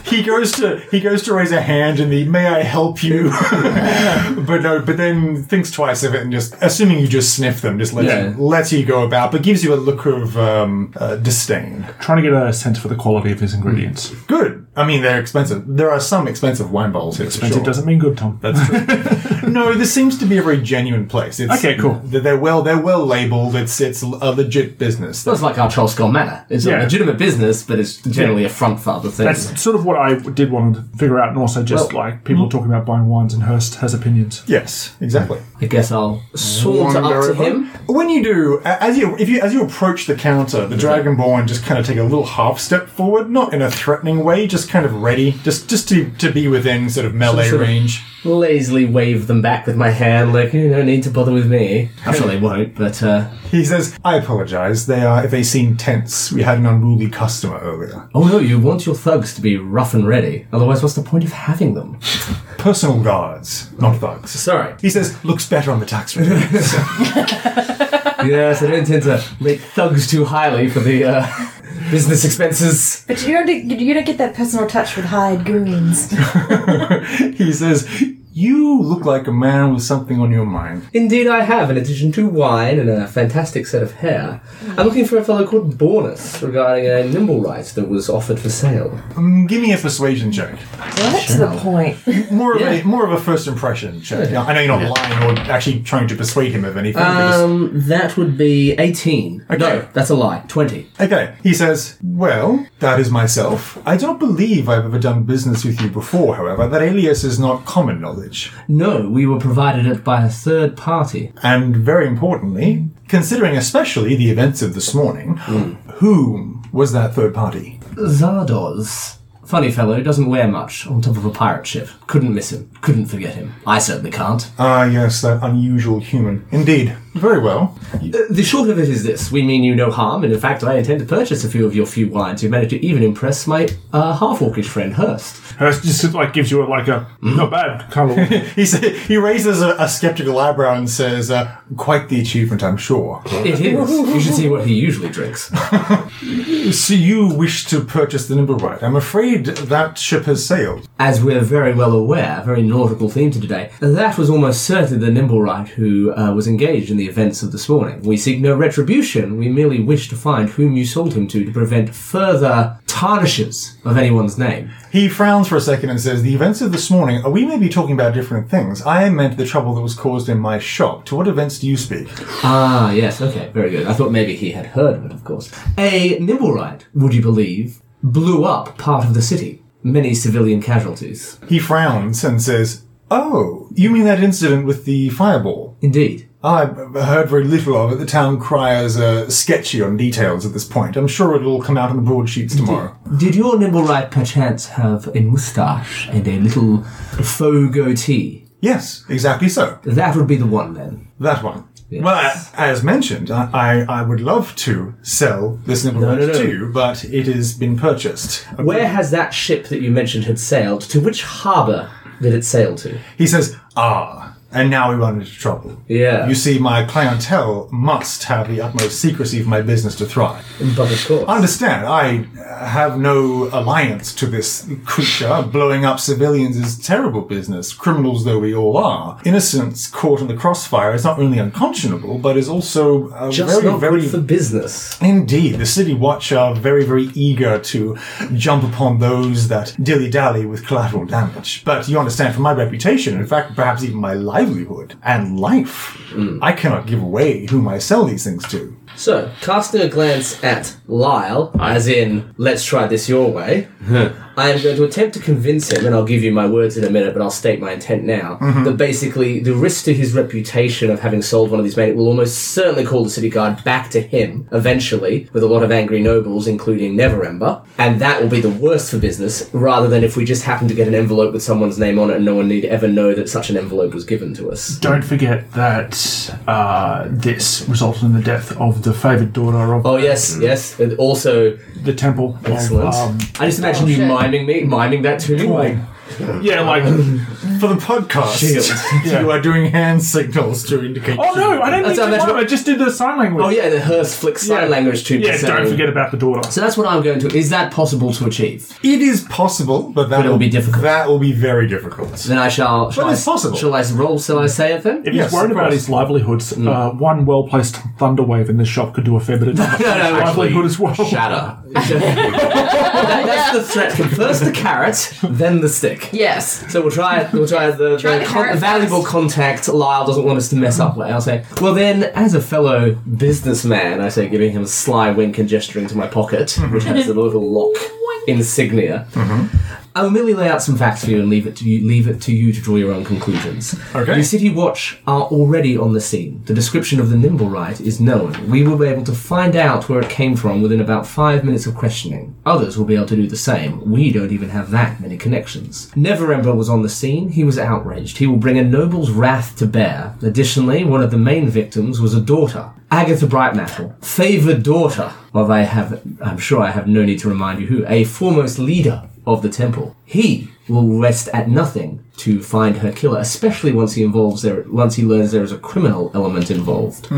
C: he- he- he goes to he goes to raise a hand in the "May I help you?" but no, but then thinks twice of it and just assuming you just sniff them, just lets
G: Yeah.
C: you, lets you go about, but gives you a look of um, uh, disdain.
D: Trying to get a sense for the quality of his ingredients.
C: Good. I mean, they're expensive. There are some expensive wine bottles here. for
D: Expensive
C: sure.
D: doesn't mean good, Tom. That's true.
C: No, this seems to be a very genuine place. It's,
D: Okay, cool.
C: They're they're well they're well labeled. It's it's a legit business.
G: That's like our Charles Scott Manor. It's
D: Yeah.
G: a legitimate business, but it's generally a front for other things.
D: That's sort of what I did want to figure out, and also just
G: Well-
D: like people talking about buying wines, and Hurst has opinions.
C: Yes, exactly.
G: I guess I'll saunter up to
C: Wander over.
G: him.
C: When you do, a- as you if you as you approach the counter, the dragonborn just kind of take a little half step forward, not in a threatening way, just kind of ready, just just to, to be within sort of melee
G: sort of-
C: range.
G: Lazily wave them back with my hand, like, you no need to bother with me. I'm sure they won't, but uh,
C: He says, "I apologize. They are they seem tense. We had an unruly customer earlier.
G: oh no, you want your thugs to be rough and ready. Otherwise, what's the point of having them?
C: Personal guards, not thugs."
G: Sorry.
C: He says, "Looks better on the tax return."
G: yes, I don't intend to rate thugs too highly for the uh, business expenses.
J: But you don't you don't get that personal touch with hired goons.
C: he says, You look like a man with something on your mind.
G: Indeed, I have. In addition to wine and a fantastic set of hair, I'm looking for a fellow called Bornus regarding a nimble right that was offered for sale.
C: Mm, give me a persuasion check.
J: What's the point?
C: More of a more of a first impression check. I know you're not lying or actually trying to persuade him of anything. you're just-
G: Um, that would be 18.
C: Okay.
G: No, that's a lie. 20.
C: Okay. He says, Well, that is myself. I don't believe I've ever done business with you before, however. That alias is not common knowledge.
G: No, we were provided it by a third party.
C: And very importantly, considering especially the events of this morning, whom was that third party?
G: Zardoz. Funny fellow, doesn't wear much, on top of a pirate ship. Couldn't miss him. Couldn't forget him. I certainly can't.
C: Ah, yes, that unusual human. Indeed. Very well.
G: The short of it is this we mean you no harm, and in fact, I intend to purchase a few of your few wines. You managed to even impress my uh, half orcish friend Hurst.
D: Hurst just like gives you like a not bad kind of look.
C: He, sa- he raises a, a skeptical eyebrow and says, uh, Quite the achievement, I'm sure.
G: It is. you should see what he usually drinks.
C: So you wish to purchase the Nimble Right. I'm afraid that ship has sailed.
G: As we're very well aware, very nautical theme to today, that was almost certainly the Nimblewright who uh, was engaged in the events of this morning. We seek no retribution, we merely wish to find whom you sold him to to prevent further tarnishes of anyone's name.
C: He frowns for a second and says, The events of this morning, we may be talking about different things. I meant the trouble that was caused in my shop. To what events do you speak?
G: Ah, yes, okay, very good. I thought maybe he had heard of it, of course. A Nimblewright, would you believe, blew up part of the city. Many civilian casualties.
C: He frowns and says, Oh, you mean that incident with the fireball?
G: Indeed.
C: I heard very little of it. The town criers are sketchy on details at this point. I'm sure it'll come out in the broadsheets tomorrow.
G: Did your Nimblewright perchance have a moustache and a little faux goatee?
C: Yes, exactly so.
G: That would be the one then.
C: That one.
G: Yes.
C: Well, a- as mentioned, I, I, I would love to sell this nimble
G: No,
C: no,
G: no, no.
C: to you, but it has been purchased.
G: Where has that ship that you mentioned had sailed? To which harbour did it sail to?
C: He says, ah, and now we run into trouble.
G: Yeah.
C: You see, my clientele must have the utmost secrecy for my business to thrive.
G: But of course.
C: Understand, I uh, have no alliance to this creature. Blowing up civilians is terrible business, criminals though we all are. Innocence caught in the crossfire is not only unconscionable, but is also uh,
G: just
C: very,
G: not
C: very
G: good for business.
C: Indeed, the City Watch are very, very eager to jump upon those that dilly dally with collateral damage. But you understand, for my reputation, in fact, perhaps even my livelihood and life,
G: Hmm.
C: I cannot give away whom I sell these things to.
G: So, casting a glance at Lyle, as in, let's try this your way, I am going to attempt to convince him, and I'll give you my words in a minute, but I'll state my intent now, that basically the risk to his reputation of having sold one of these men will almost certainly call the city guard back to him eventually, with a lot of angry nobles, including Neverember, and that will be the worst for business, rather than if we just happen to get an envelope with someone's name on it and no one need ever know that such an envelope was given to us.
D: Don't forget that uh, this resulted in the death of the favoured daughter of
G: Oh, yes, yes, and also
D: the temple. of,
G: Excellent.
D: um,
G: I just imagine you miming me, miming that to me. Like,
D: Um, yeah, like. oh,
C: For the podcast,
G: Shield.
C: you are doing hand signals to indicate.
D: Oh no, I don't
G: That's
D: need
G: how
D: to
G: that's
D: mime.
G: what-
D: I just did the sign language.
G: oh yeah, and the Hearst flicks sign
D: Yeah.
G: language to me.
D: Yeah,
G: so-
D: don't forget about the daughter.
G: So that's what I'm going to. Is that possible to achieve?
C: It is possible, but that
G: it will be difficult.
C: That will be very difficult.
G: Then I shall. shall
C: Well,
G: I,
C: it's possible.
G: Shall I roll? Shall I say it then?
D: If
C: Yes,
D: he's worried
C: of
D: about
C: course.
D: his livelihoods,
G: Mm.
D: uh, one well placed thunder wave in this shop could do a fair bit of damage.
G: No, no, actually,
D: livelihood as well.
G: shatter. That- that's the threat. First the carrot, then the stick.
H: Yes.
G: So we'll try it. We'll try the,
H: Try
G: the
H: the
G: con-
H: carrot
G: valuable contact Lyle doesn't want us to mess up with. I'll say, well then, as a fellow businessman, I say, giving him a sly wink and gesturing to my pocket, which
H: Mm-hmm.
G: has a little lock insignia. I will merely Oh, lay out some facts for you and leave it to you. Leave it to you to draw your own conclusions.
C: Okay.
G: The City Watch are already on the scene. The description of the nimble right is known. We will be able to find out where it came from within about five minutes of questioning. Others will be able to do the same. We don't even have that many connections. Neverember was on the scene. He was outraged. He will bring a noble's wrath to bear. Additionally, one of the main victims was a daughter, Agatha Brightmantle, favoured daughter of I have. I'm sure I have no need to remind you who a foremost leader of the temple. He will rest at nothing to find her killer, especially once he involves there once he learns there is a criminal element involved.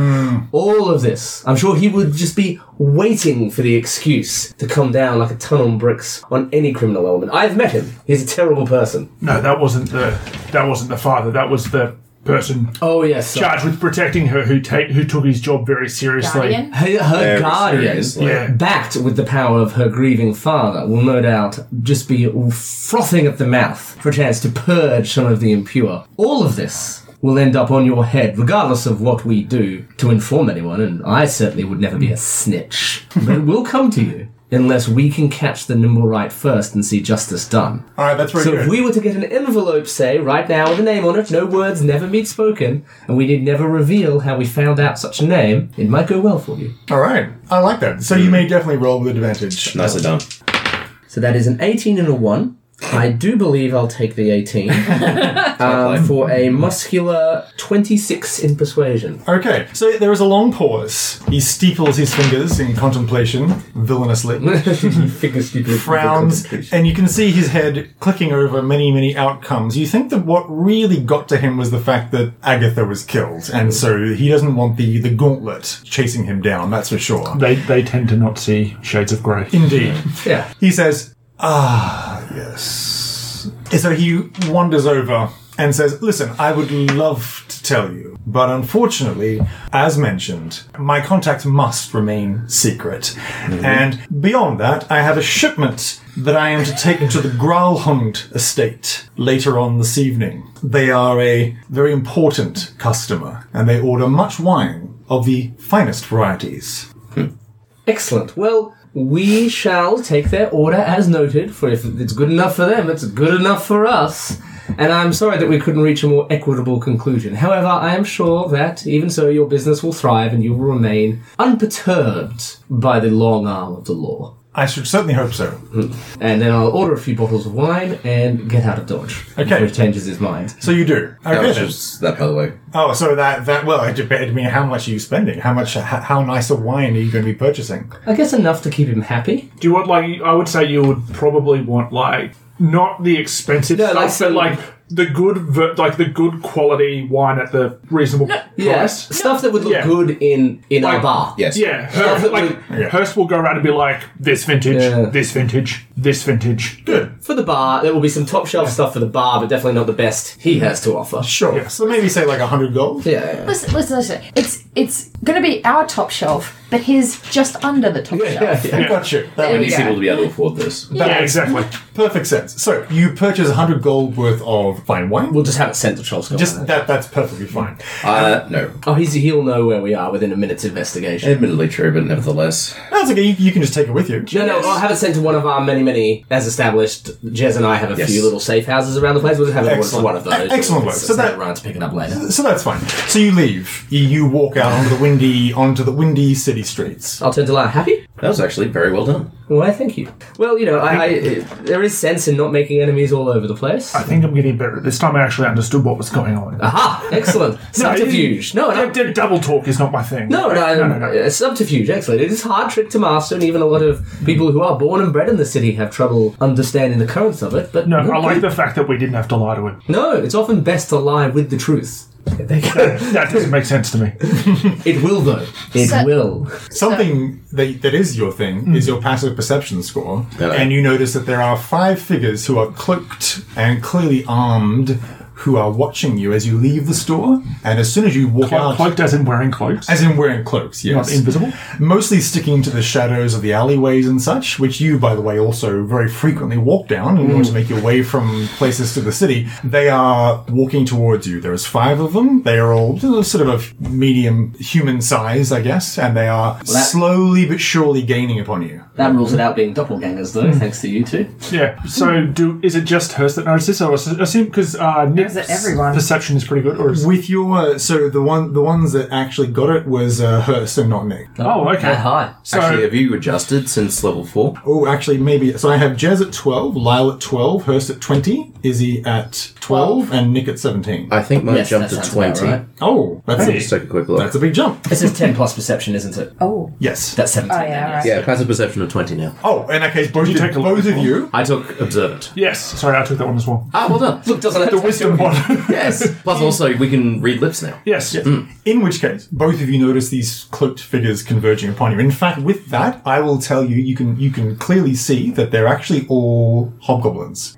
G: All of this, I'm sure he would just be waiting for the excuse to come down like a ton on bricks on any criminal element. I've met him. He's a terrible person.
D: No, that wasn't the that wasn't the father. That was the person
G: Oh yes,
D: charged with protecting her who take who took his job very seriously.
F: Guardian?
G: her, her
E: Very
G: guardian,
E: seriously.
D: Yeah.
G: backed with the power of her grieving father, will no doubt just be frothing at the mouth for a chance to purge some of the impure. All of this will end up on your head, regardless of what we do to inform anyone, and I certainly would never be a snitch. But it will come to you. Unless we can catch the nimble right first and see justice done.
C: All right, that's very
G: So
C: good.
G: if we were to get an envelope, say, right now with a name on it, no words, never meet spoken, and we need never reveal how we found out such a name, it might go well for you.
C: All right, I like that. So
G: Hmm.
C: you may definitely roll with advantage.
E: Nicely done.
G: So that is an 18 and a 1. I do believe I'll take the 18 um, for a muscular 26 in persuasion.
C: Okay, so there is a long pause. He steeples his fingers in contemplation, villainously,
G: Figure stupid.
C: frowns, and you can see his head clicking over many, many outcomes. You think that what really got to him was the fact that Agatha was killed, and so he doesn't want the, the gauntlet chasing him down, that's for sure.
D: They they tend to not see shades of grey.
C: Indeed.
G: Yeah.
C: He says, Ah, yes. So he wanders over and says, Listen, I would love to tell you, but unfortunately, as mentioned, my contacts must remain secret. And beyond that, I have a shipment that I am to take to the Graalhund estate later on this evening. They are a very important customer, and they order much wine of the finest varieties.
G: Excellent. Well, we shall take their order as noted, for if it's good enough for them, it's good enough for us. And I'm sorry that we couldn't reach a more equitable conclusion. However, I am sure that, even so, your business will thrive and you will remain unperturbed by the long arm of the law.
C: I should certainly hope so.
G: And then I'll order a few bottles of wine and get out of Dodge.
C: Okay.
G: Before he changes his mind.
C: So you do. Okay.
E: That was
C: then.
E: just that, by the way.
C: Oh, so that that well, it depends. I mean, how much are you spending? How much? How, how nice a wine are you going to be purchasing?
G: I guess enough to keep him happy.
D: Do you want like I would say you would probably want like not the expensive
G: No, like
D: stuff, but
G: some-
D: like the good ver- like the good quality wine at the reasonable price.
G: Stuff that would look
D: Yeah.
G: good in in our
D: Like-
G: bar.
E: Yes.
D: Yeah,
G: Stuff
D: Hurst,
G: that
D: like
C: Yeah.
D: Hearst will go around and be like, "This vintage,
G: Yeah.
D: this vintage, this vintage."
G: For the bar, there will be some top shelf stuff for the bar, but definitely not the best he has to offer.
C: Sure. So maybe say like a hundred gold.
G: Yeah, yeah, yeah.
F: Listen, listen, listen. It's it's gonna be our top shelf, but his just under the top shelf.
G: yeah, yeah.
C: I got you. That
F: There
E: We
C: makes
F: Yeah.
E: need people to be able to afford this.
D: Yeah, exactly.
C: perfect sense. So you purchase a hundred gold worth of fine wine.
G: We'll just have it sent to Charles.
C: Just that. That's perfectly fine.
E: Uh, no.
G: oh, he's, he'll know where we are within a minute's investigation.
E: Admittedly true, but nevertheless.
C: That's okay. You, you can just take it with you.
G: no, no, I'll have it sent to one of our many, many, as established. Jez and I have a
E: Yes.
G: few little safe houses around the place. We'll just have it to
C: Excellent.
G: one of those.
C: Excellent work.
G: So,
C: So that-
G: that Ryan's picking up later.
C: So that's fine. So you leave. You, you walk out onto the windy onto the windy city streets.
G: I'll turn to Lara. Happy?
E: That was actually very well done.
G: Why, thank you. Well, you know, I, I there is sense in not making enemies all over the place.
D: I think I'm getting better. This time I actually understood what was going on.
G: Aha! Excellent. subterfuge. Uh, No, no,
D: D- d- double talk is not my thing.
G: no, no,
D: no, no, no.
G: uh, subterfuge. Excellent. It is a hard trick to master, and even a lot of people who are born and bred in the city have trouble understanding the currents of it. But
D: No, I like the fact that we didn't have to lie to him.
G: No, it's often best to lie with the truth. There you go.
D: That doesn't make sense to me.
G: It will though. It
F: So-
G: will.
C: Something that, that is your thing
D: Mm.
C: is your passive perception score,
E: Yeah.
C: and you notice that there are five figures who are cloaked and clearly armed, who are watching you as you leave the store, and as soon as you walk
D: Clo-
C: out,
D: cloaked as in wearing cloaks,
C: as in wearing cloaks,
D: not
C: yes,
D: invisible.
C: mostly sticking to the shadows of the alleyways and such, which you, by the way, also very frequently walk down in order to make your way from places to the city. They are walking towards you. There's five of them. They are all sort of a medium human size, I guess, and they are
G: that-
C: slowly but surely gaining upon you.
G: That rules it out being Hmm. doppelgangers though, thanks to you two.
D: Yeah. So, do is it just Hurst that notices, or is it- assume because uh, Nick
H: gives it everyone.
D: Perception is pretty good, or is
C: With your uh, so the one the ones that actually got it was uh, Hurst and not me.
D: oh okay
G: That high.
D: So
E: Actually, have you adjusted since level four?
C: Oh, actually, maybe. So I have Jez at 12, Lyle at 12, Hurst at 20, Izzy at 12, and Nick at 17.
E: I think mine
G: Yes,
E: jumped
G: that
E: to
G: sounds about
E: twenty.
G: right.
C: Oh, that's,
E: Let's
C: a,
E: take a quick look.
C: that's a big jump.
G: This is 10 plus perception, isn't it?
H: Oh,
C: Yes.
G: That's 17.
H: Oh, yeah,
G: then, yes.
H: right.
E: yeah, passive perception of twenty now.
C: Oh, in that case, both,
D: you
C: of-
D: take a look
C: both
D: as
C: of
D: well?
C: you.
E: I took observant.
D: yes sorry I took that one as well
E: Ah, well done.
G: Look, doesn't have
D: the
G: to-
D: wisdom one
E: Yes. Plus, also we can read lips now.
D: yes
E: Mm.
C: In which case, both of you notice these cloaked figures converging upon you. In fact, with that, I will tell you, you can you can clearly see that they're actually all hobgoblins.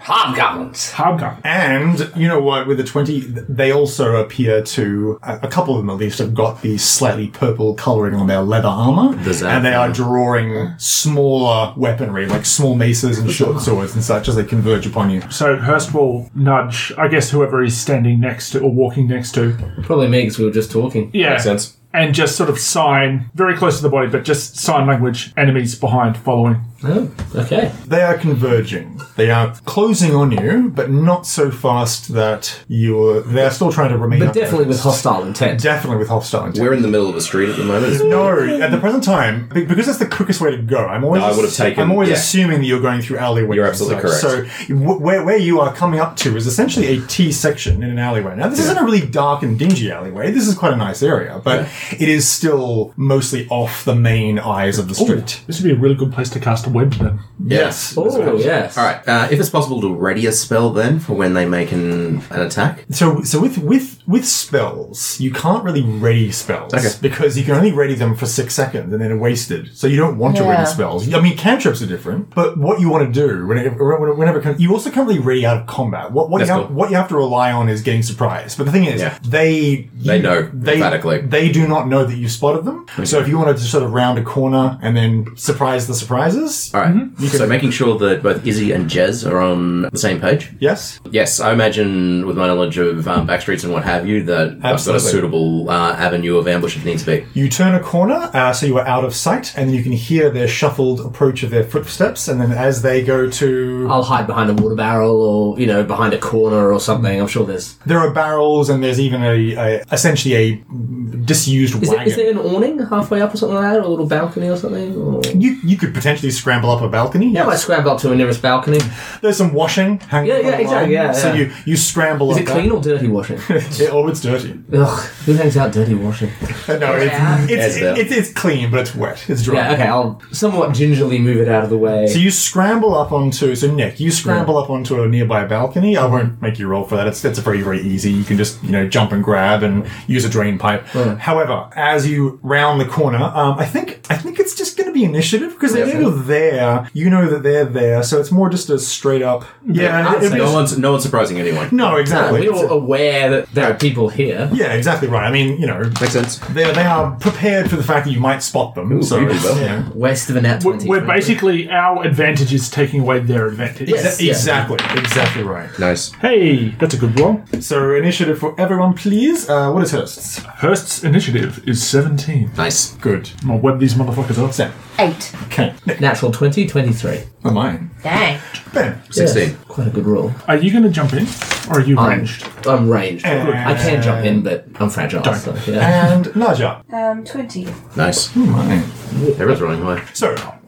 G: Hobgoblins.
D: Hobgoblin
C: And you know what? With the twenty, they also appear to a a couple of them at least have got the slightly purple coloring on their leather armor,
E: Zap,
C: and they are
E: yeah.
C: drawing smaller weaponry like small maces and short swords and such as they converge upon you.
D: so Hurst will nudge I guess whoever he's standing next to or walking next to
G: Probably me, because we were just talking.
D: yeah
E: Makes sense.
D: and just sort of sign very close to the body but just sign language enemies behind following
G: Oh, okay.
C: They are converging. They are closing on you, but not so fast that you're. They are still trying to remain.
G: But definitely with
C: unnoticed.
G: hostile intent.
C: Definitely with hostile intent.
E: We're in the middle of a street at the moment.
C: No, at the present time, be- because that's the quickest way to go. I'm always.
E: No, I would have taken-
C: I'm always
E: yeah.
C: assuming that you're going through alleyways.
E: You're absolutely
C: and such.
E: correct.
C: So w- where where you are coming up to is essentially a T section in an alleyway. Now this isn't a really dark and dingy alleyway. This is quite a nice area, but it is still mostly off the main eyes of the street.
D: this would be a really good place to cast a web then
E: Yes.
G: Oh, yes.
E: All right. Uh, if it's possible to ready a spell then for when they make an, an attack.
C: So, so with with with spells, you can't really ready spells
E: Okay.
C: because you can only ready them for six seconds and then they're wasted. So you don't want to
F: Yeah.
C: ready spells. I mean, cantrips are different, but what you want to do whenever whenever it comes, you also can't really ready out of combat. What what you,
E: That's
C: have,
E: cool.
C: what you have to rely on is getting surprised. But the thing is,
E: Yeah.
C: they
E: They
C: you-
E: know
C: they
E: emphatically.
C: they do not know that you spotted them. So if you wanted to sort of round a corner and then surprise the surprises,
E: All right. So making sure that both Izzy and Jez are on the same page.
C: yes,
E: Yes, I imagine with my knowledge of um, backstreets and what have you that I've got a
C: Absolutely.
E: suitable uh, avenue of ambush if needs to be.
C: You turn a corner, uh, so you are out of sight, and you can hear their shuffled approach of their footsteps. And then as they go to,
G: I'll hide behind a water barrel or, you know, behind a corner or something. I'm sure there's.
C: there are barrels, and there's even a, a essentially a disused
G: Is there,
C: wagon.
G: is there an awning halfway up or something like that? Or a little balcony or something? Or...
C: you, you could potentially scramble up a balcony.
G: Yeah, I might scramble up to a nearest balcony.
C: There's some washing hanging.
G: Yeah,
C: from
G: yeah,
C: the
G: exactly,
C: line,
G: yeah,
C: So
G: yeah.
C: you you scramble
G: Is
C: up.
G: it clean or dirty washing?
C: that. Yeah, oh, it's dirty.
G: Ugh, who hangs out dirty washing?
C: Uh, No,
H: Yeah.
C: it's, it's,
E: It's there.
C: it's, it's clean, but it's wet. It's dry.
G: Yeah, okay, I'll somewhat gingerly move it out of the way.
C: So you scramble up onto so Nick, you scramble up onto a nearby balcony. I won't make you roll for that. It's it's very very easy. You can just you know jump and grab and use a drain pipe. However, as you round the corner, um, I think I think it's just going to be initiative because they know you're there. You know that they're there, so it's more just a straight up. Yeah, it- it'd be
E: no
C: just-
E: one's no one's surprising anyone.
C: no,
G: Are
C: exactly.
G: we all aware that there are people here.
C: yeah, exactly right. I mean, you know,
E: Makes sense.
C: they they are prepared for the fact that you might spot them. so
E: you did well.
C: yeah.
G: West of an at
D: we're,
G: 20.
D: we're basically our advantage is taking away their advantage
G: Yes.
C: Exa- exactly, exactly right.
E: Nice.
D: hey that's a good roll
C: So initiative for everyone, please. Uh, what is Hurst's?
D: Hurst's initiative is 17
E: Nice.
C: Good.
D: I'm gonna web these motherfuckers up
C: Sam.
H: eight.
C: Okay. Nick.
G: Natural 20, 23.
C: Oh, mine.
H: Dang.
C: Ben.
E: Sixteen.
G: Yes, quite a good roll.
D: Are you going to jump in, or are you
G: I'm-
D: ranged?
G: I'm ranged. I can jump in, but I'm fragile. So, yeah.
C: And Naja.
F: Um, 20.
E: Nice.
C: Oh, Mine.
E: Everyone's running away.
C: So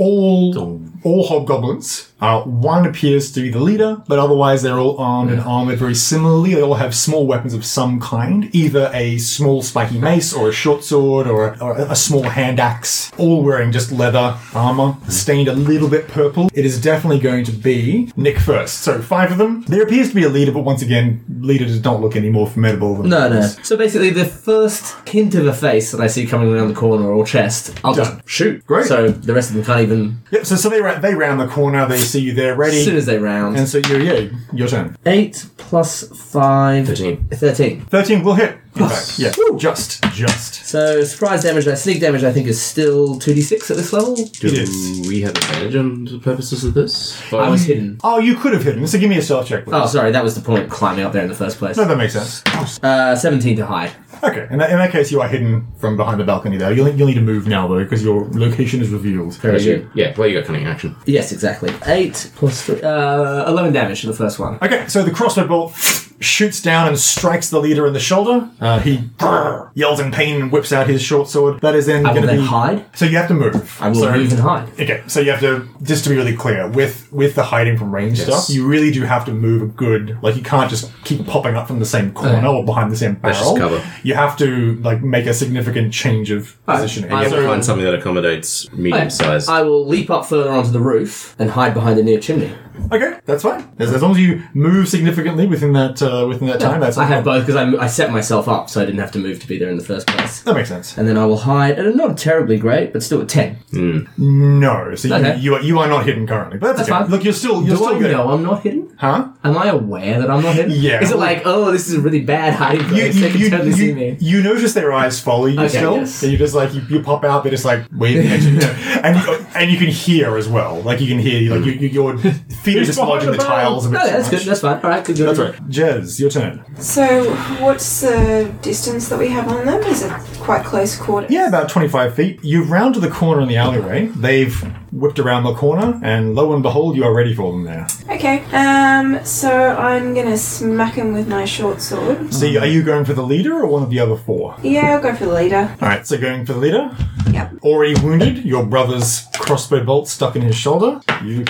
C: all
E: Dong.
C: all hobgoblins. Uh, one appears to be the leader, but otherwise they're all armed and armored very similarly. They all have small weapons of some kind, either a small spiky mace or a short sword or a, or a small hand axe. All wearing just leather armor, stained a little bit purple. It is definitely going to be Nick first. So five of them. There appears to be a leader, but once again, leader does not look any more formidable than
G: No, no. So basically, the first hint of a face that I see coming around the corner or chest, I'll
C: Done.
G: just shoot.
C: Great.
G: So the rest of them can't even.
C: Yep. So, so they ra- they round the corner. They see you there, ready.
G: As soon as they round.
C: and so you, yeah, your turn.
G: 8 plus 5.
E: Thirteen.
G: 13.
C: Thirteen will hit. In fact, yeah,
G: Woo.
C: just, just.
G: So surprise damage, and sneak damage, I think, is still 2d6 at this level.
E: Do
C: It is.
E: Mm, we have advantage on the purposes of this?
G: I was hidden.
C: Oh, you could have hit him. So give me a stealth check. please.
G: Oh, sorry, that was the point, climbing up there in the first place.
C: No, that makes sense.
G: Uh, 17 to hide.
C: Okay, in that, in that case, you are hidden from behind the balcony. There, you'll, you'll need to move now though, because your location is revealed.
G: Very good.
E: Yeah. Well, you got cunning action.
G: Yes, exactly. 8 plus 3. Uh, 11 damage to the first one.
C: Okay, so the crossbow bolt shoots down and strikes the leader in the shoulder. Uh, he grrr, yells in pain and whips out his short sword. That is then
G: I will
C: going to
G: then
C: be
G: hide.
C: So you have to move.
G: I will
C: So-
G: move and hide.
C: Okay, so you have to just to be really clear with with the hiding from range stuff. You really do have to move a good like you can't just keep popping up from the same corner or behind the same
K: That's
C: barrel.
K: just cover.
C: You have to like make a significant change of positioning.
K: You have to
C: So-
K: find something that accommodates medium sized.
I: I will leap up further onto the roof and hide behind a near chimney.
C: okay, that's fine. As, as long as you move significantly within that uh, within that time, that's
I: I
C: fine.
I: have both because I, m- I set myself up so I didn't have to move to be there in the first place.
C: That makes sense.
I: And then I will hide at a not terribly great, but still at 10.
C: No, so you,
I: Okay.
C: you, are, you are not hidden currently, but that's,
I: That's
C: okay.
I: fine.
C: Look, you're still you're
I: Do
C: still
I: I
C: good.
I: know I'm not hidden?
C: Huh?
I: Am I aware that I'm not hidden?
C: Yeah.
I: Is it like, oh, this is a really bad hiding
C: You,
I: place?
C: you,
I: they can
C: you,
I: totally
C: you-
I: see me.
C: you notice their eyes follow you
I: Okay,
C: still.
I: yes.
C: And you just like you, you pop out, they're just like waving at you, and you, and you can hear as well. Like you can hear, like you, you, your feet are
D: He's
C: just
D: behind
C: lodging the,
D: the barrel.
C: tiles. A bit
I: No,
C: too
I: that's
C: much.
I: good. That's fine. All right, good. good.
C: That's right. Jez, your turn.
L: So, what's the distance that we have on them? Is it quite close quarters?
C: Yeah, about 25 feet. You round to the corner in the alleyway. They've whipped around the corner, and lo and behold, you are ready for them there.
L: Okay. Um. So I'm gonna smack him with my short sword.
C: So, are you going for the leader or one of the other four?
L: Yeah, I'll go for the leader.
C: All right, so going for the leader.
L: Yep.
C: Already wounded, your brother's crossbow bolt stuck in his shoulder. You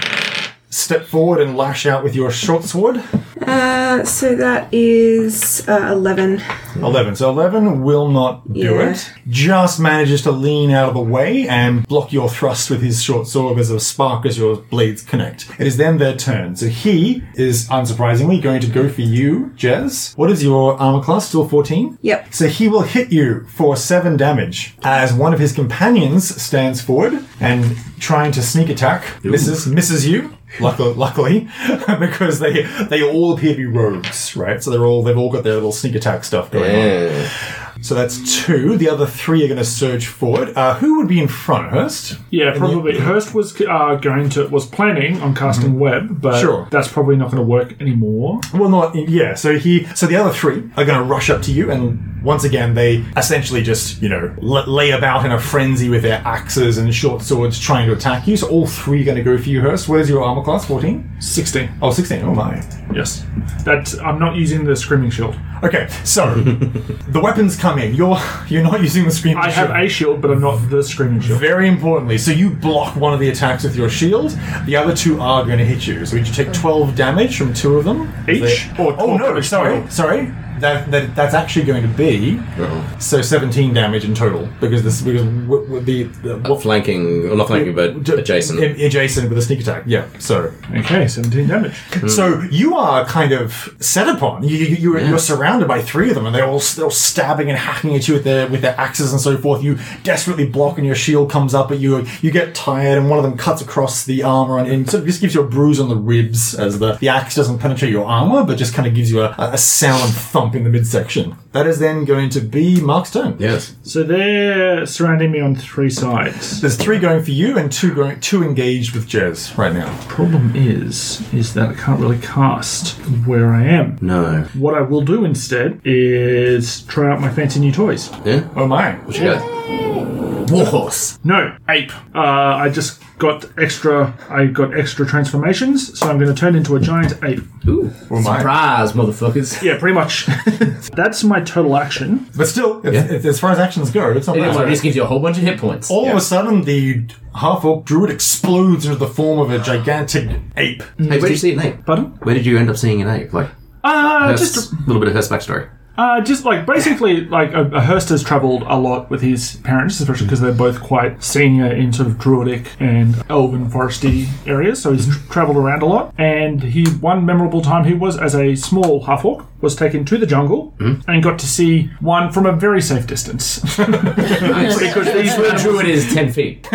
C: step forward and lash out with your short sword.
L: Uh. So that is uh, eleven.
C: 11. So 11 will not do
L: Yeah.
C: it. Just manages to lean out of the way and block your thrust with his short sword as a spark as your blades connect. It is then their turn. So he is unsurprisingly going to go for you, Jez. What is your armor class? Still 14?
L: Yep.
C: So he will hit you for 7 damage as one of his companions stands forward and trying to sneak attack misses, misses you. Luckily, luckily, because they they all appear to be rogues, right? So they're all they've all got their little sneak attack stuff going on. So that's two. The other three are going to surge forward. Uh, who would be in front? Hurst?
D: Yeah, probably. Hurst was uh, going to was planning on casting web, but
C: Sure.
D: that's probably not going to work anymore.
C: Well, not yeah. So he. So the other three are going to rush up to you, and once again, they essentially just you know la lay about in a frenzy with their axes and short swords, trying to attack you. So all three are going to go for you, Hurst. What is your armor class? Fourteen.
D: Sixteen.
C: Oh, 16. Oh my.
D: Yes, that I'm not using the screaming shield.
C: Okay, so the weapons come in. You're you're not using the screen.
D: I have a shield, but I'm not the screaming shield.
C: Very importantly, so you block one of the attacks with your shield. The other two are going to hit you. So you take twelve damage from two of them
D: Each?
C: They-
D: Or-
C: oh
D: or
C: no,
D: damage
C: sorry,
D: total?
C: sorry. That, that that's actually going to be
E: uh,
C: so seventeen damage in total because this because w- w- the, the
E: Uh,
C: what-
K: flanking, well, not flanking, but adjacent.
C: Ad- adjacent with a sneak attack. Yeah, so
D: Okay, seventeen damage.
C: so you are kind of set upon. You, you, you're, you're surrounded by three of them, and they're all they're all stabbing and hacking at you with their with their axes and so forth. You desperately block, and your shield comes up at you. You get tired, and one of them cuts across the armor, and, and sort of just gives you a bruise on the ribs as the, the axe doesn't penetrate your armor, but just kind of gives you a, a sound thump in the midsection. That is then going to be Mark's turn.
K: yes.
D: So they're surrounding me on three sides.
C: There's three going for you, and two going two engaged with Jez right now.
D: problem is, is that I can't really cast where I am.
K: No.
D: What I will do instead is try out my fancy new toys.
C: Oh my!
K: What you got?
G: Warhorse.
D: No, ape. Uh, I just got extra. I got extra transformations, so I'm going to turn into a giant ape.
C: Oh my!
G: Surprise, motherfuckers.
D: Yeah, pretty much. That's my total action.
C: But still, it's, it's, as far as actions go, it's not bad.
G: Anyway, this gives you a whole bunch of hit points.
C: All of a sudden, the half orc druid explodes into the form of a gigantic ape.
E: Hey, where did you see an ape?
D: Pardon?
E: Where did you end up seeing an ape? Like,
D: Uh,
E: Hurst's-
D: just,
E: a little bit of Hurst's backstory.
D: uh, just like basically, like a, a Hurst has travelled a lot with his parents, especially because they're both quite senior in sort of druidic and elven foresty areas. So he's travelled around a lot, and he one memorable time he was as a small half orc was taken to the jungle and got to see one from a very safe distance. because these
G: The druid is 10 feet.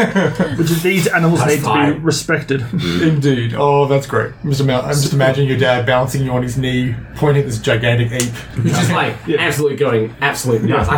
D: Which is these animals need to be
G: fine.
D: respected.
C: Indeed. Oh, that's great. Mr. Mount, I'm just imagining your dad bouncing you on his knee, pointing at this gigantic ape.
G: Just like absolutely going absolutely nuts.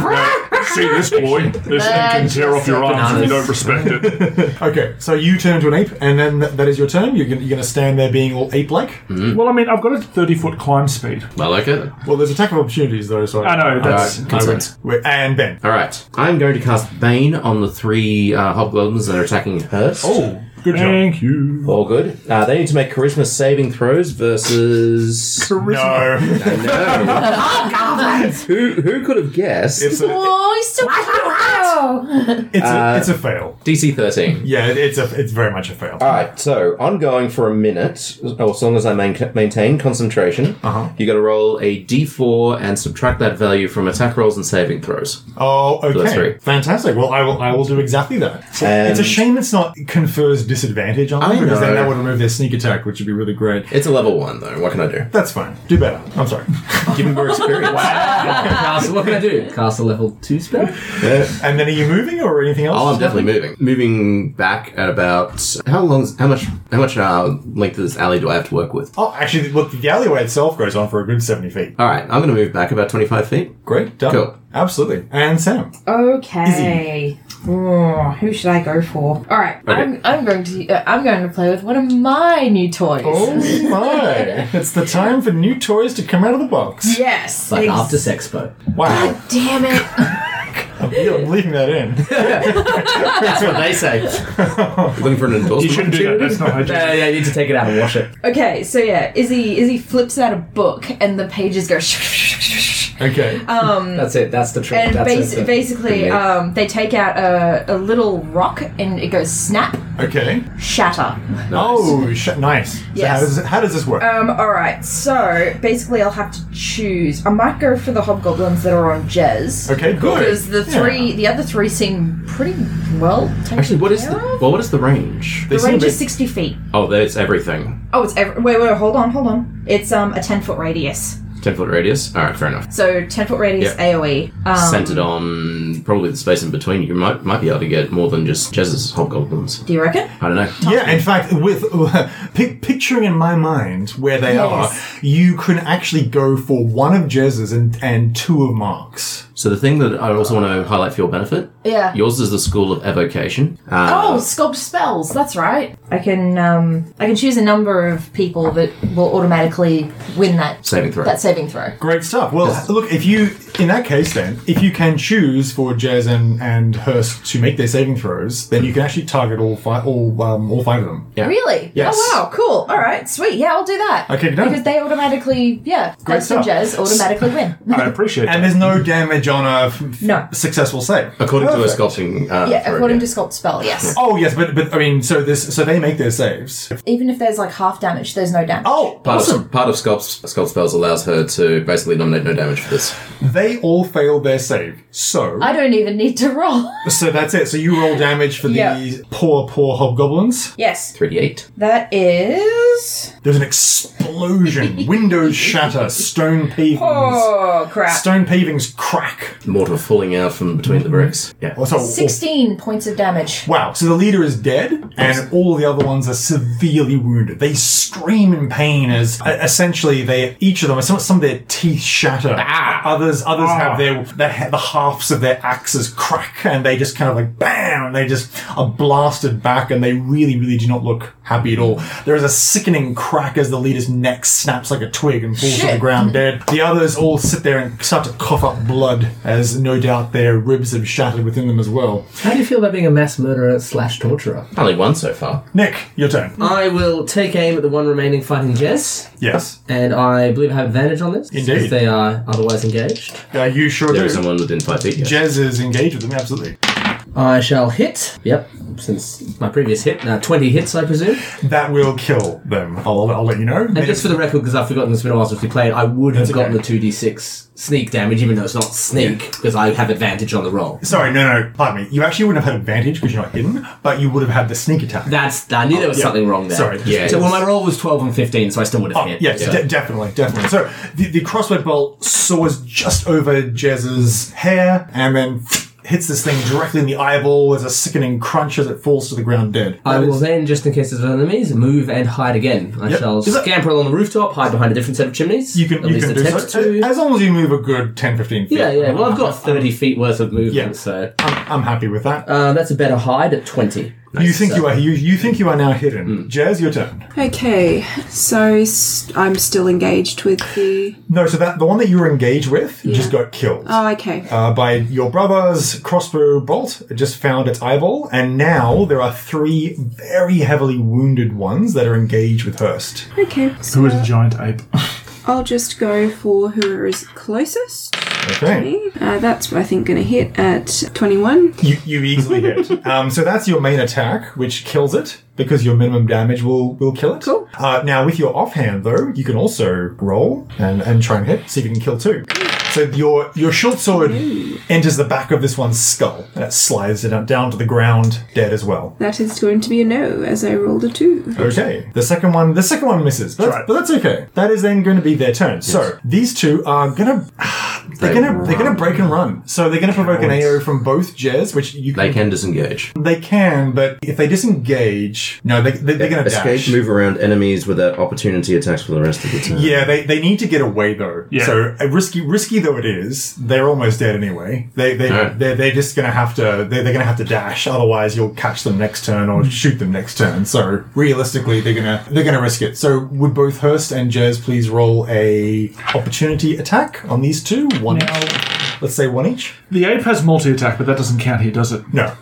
D: See this boy? This thing can tear off your arms if you don't respect it.
C: Okay, so you turn to an ape, and then th- that is your turn. You're going you're to stand there being all ape like.
D: well, I mean, I've got a 30 foot climb speed.
K: Well, okay.
E: together.
C: Well, there's attack of opportunities though, so
E: I know, that's-
C: I would- we- and Ben.
E: All right, I'm going to cast Bane on the three uh, hobgoblins that are attacking Hurst.
M: Oh,
D: good Thank you.
E: All good. Uh, they need to make charisma saving throws versus
C: charisma.
E: No,
H: Hobgoblins!
E: who who could have guessed?
C: It's
H: Oh, he's so wow.
C: It's a, it's a fail.
E: DC 13.
C: Yeah, it- it's a it's very much a fail.
E: All right, so I'm going for a minute, or as long as I man- maintain concentration. Uh-huh. You got to roll a D4 and subtract that value from attack rolls and saving throws.
C: Oh,
E: So that's
C: okay,
E: three.
C: fantastic. Well, I will I will do exactly that.
E: And-
C: it's a shame it's not confers disadvantage on them
E: I
C: because then
E: know.
C: that would remove their sneak attack, which would be really great.
E: It's a level one though. What can I do?
C: That's fine. Do better. I'm sorry.
E: Give him more experience.
G: Cast- what can I do? Cast a level two spell.
C: And then are you moving or anything else?
E: Oh, I'm definitely moving. Moving back at about how long? How much? How much uh, length of this alley do I have to work with?
C: Oh, actually, look, the alleyway itself goes on for a good 70 feet.
E: All right, I'm going to move back about 25 feet.
C: Great, done.
E: Cool.
C: Absolutely. And Sam.
J: Okay. Oh, who should I go for? All right,
C: Okay.
J: I'm, I'm going to uh, I'm going to play with one of my new toys.
C: Oh my! it's the time for new toys to come out of the box.
J: Yes. Like ex-
G: after sexpo.
C: Wow.
J: Damn it!
C: I'm I'm leaving that in.
G: That's what they say.
E: Looking for an endorsement.
D: You shouldn't do that. That's not hygiene.
G: yeah, yeah, you need to take it out and wash it.
J: Okay, so yeah, Izzy Izzy flips out a book and the pages go.
C: Okay.
J: Um,
N: That's it. That's the trick.
J: And
N: That's
J: basi-
N: it.
J: basically, um, they take out a, a little rock and it goes snap,
C: Okay.
J: shatter.
C: Oh, sh- nice. So how
J: Yes.
C: does, how does this work?
J: Um, alright, so basically I'll have to choose. I might go for the hobgoblins that are on Jez.
E: Okay, good.
J: Because the three the other three seem pretty well taken
E: Actually, what is
J: care
E: the
J: of.
E: well? What is the range?
J: The range is sixty feet.
E: Oh, that's everything.
J: Oh, it's every- wait, wait, hold on, hold on. It's um a ten foot radius.
E: Ten foot radius. All right, fair enough.
J: So ten foot radius
E: Yep.
J: AOE. Um,
E: Centered on probably the space in between. You might might be able to get more than just Jez's hobgoblins.
J: Do you reckon?
E: I don't know.
C: yeah, in fact, with pic- picturing in my mind where they
J: Yes.
C: are, you can actually go for one of Jez's and, and two of Mark's.
E: So the thing that I also want to highlight for your benefit.
J: Yeah.
E: Yours is the school of evocation. Uh,
J: oh, sculpt spells. That's right. I can um I can choose a number of people that will automatically win that
E: Saving throw.
J: That saving throw.
C: Great stuff. Well, look, if you, in that case then, if you can choose for Jez and, and Hurst to make their saving throws, then you can actually target all five, all, um, all five of them.
J: Really?
C: Yes.
J: Oh wow, cool. All right, sweet. Yeah, I'll do that.
C: Okay, done.
J: Because they automatically, yeah,
C: Great
J: Dustin
C: stuff.
J: Jez automatically win.
D: I appreciate it.
C: And there's no damage on a f-
J: No.
C: successful save.
E: According to a
C: Perfect.
E: sculpting. Uh,
J: yeah,
E: throw,
J: according to sculpt spell, yes.
C: Oh yes, but but I mean, so this so they make their saves.
J: Even if there's like half damage, there's no damage.
C: Oh,
E: Part of part of sculpt, sculpt spells allows her to basically nominate no damage for this.
C: They all fail their save. So
J: I don't even need to roll.
C: so that's it. So you roll damage for
J: Yeah.
C: these poor poor hobgoblins.
J: Yes,
E: Three d eight.
J: that is.
C: There's an explosion. Windows shatter. Stone pavings.
J: Oh crap!
C: Stone pavings crack.
E: Mortar falling out from between the bricks. Yeah.
C: Also,
J: Sixteen points of damage.
C: Wow. So the leader is dead, and all the other ones are severely wounded. They scream in pain as uh, essentially they each of them some, some of their teeth shatter. Others others have their, their ha- the halves of their axes crack, and they just kind of like bam, and they just are blasted back, and they really really do not look happy at all. There is a sickening crack as the leader's neck snaps like a twig and falls to the
J: Shit.
C: ground dead. The others all sit there and start to cough up blood, as no doubt their ribs have shattered within them as well.
G: How do you feel about being a mass murderer slash torturer?
E: Only one so far.
C: Nick, your turn.
G: I will take aim at the one remaining fighting Jess,
C: Yes.
G: and I believe I have advantage on this.
C: Indeed.
G: If they are otherwise engaged.
C: Uh, you sure
E: There
C: do.
E: is someone within five feet. Yes.
C: Jez is engaged with them, absolutely.
G: I shall hit. Yep, since my previous hit. Now, 20 hits, I presume.
C: That will kill them. I'll, I'll let you know.
G: And just for the record, because I've forgotten it's been a while since we played, I would have gotten the 2d6 sneak damage, even though it's not sneak, because I have advantage on the roll.
C: Sorry, no, no, pardon me. You actually wouldn't have had advantage because you're not hidden, but you would have had the sneak attack.
G: That's I knew there was
C: Oh, Yeah.
G: something wrong there.
C: Sorry.
G: Yeah. So well, my roll was 12 and 15, so I still would have
C: Oh,
G: hit.
C: yes,
G: So-
C: de- definitely, definitely. So the, the crossbow bolt soars just over Jez's hair and then hits this thing directly in the eyeball. There's a sickening crunch as it falls to the ground dead.
G: I will then, just in case there's enemies, move and hide again. I
C: Yep.
G: shall
C: Is that-
G: scamper along the rooftop, hide behind a different set of chimneys.
C: You can,
G: at
C: you
G: least
C: can do so.
G: attempt to.
C: As long as you move a good 10, 15 feet.
G: Yeah, yeah. Well, I've got 30 feet worth of movement, so
C: I'm, I'm happy with that.
G: uh, that's a better hide at 20.
C: you think you are you, you think you are now hidden. Jazz, your turn.
B: Okay, so s- I'm still engaged with the.
C: No, so that the one that you were engaged with just got killed.
B: Oh, okay.
C: Uh, by your brother's crossbow bolt, it just found its eyeball, and now there are three very heavily wounded ones that are engaged with Hurst.
B: Okay,
D: Who is a giant ape?
B: I'll just go for whoever is closest.
C: Okay.
B: Uh, that's, I think, going to hit at 21.
C: You, you easily hit. Um, so that's your main attack, which kills it because your minimum damage will, will kill it. Cool. Uh, now with your offhand though, you can also roll and, and try and hit, see if you can kill two. So your your short sword enters the back of this one's skull and it slides it out- down to the ground, dead as well.
B: That is going to be a no, as I rolled a 2.
C: Okay. The second one, the second one misses, but that's, but that's okay. That is then going to be their turn. So these two are gonna. They're
E: They
C: gonna they're gonna break and run. So they're gonna provoke an AO from both Jez, which you
E: They can disengage.
C: They can, but if they disengage, no, they, they they're gonna
E: Escape,
C: dash.
E: move
O: around enemies without opportunity attacks for the rest of the turn.
C: Yeah, they, they need to get away though.
O: Yeah.
C: So uh, risky risky though it is, they're almost dead anyway. They they
O: Yeah.
C: they're, they're just gonna have to they're, they're gonna have to dash. Otherwise, you'll catch them next turn
D: Hmm.
C: or shoot them next turn. So realistically, they're gonna they're gonna risk it. So would both Hurst and Jez please roll a opportunity attack on these two? One. Let's say one each.
D: The ape has multi attack, but that doesn't count here, does it?
C: No.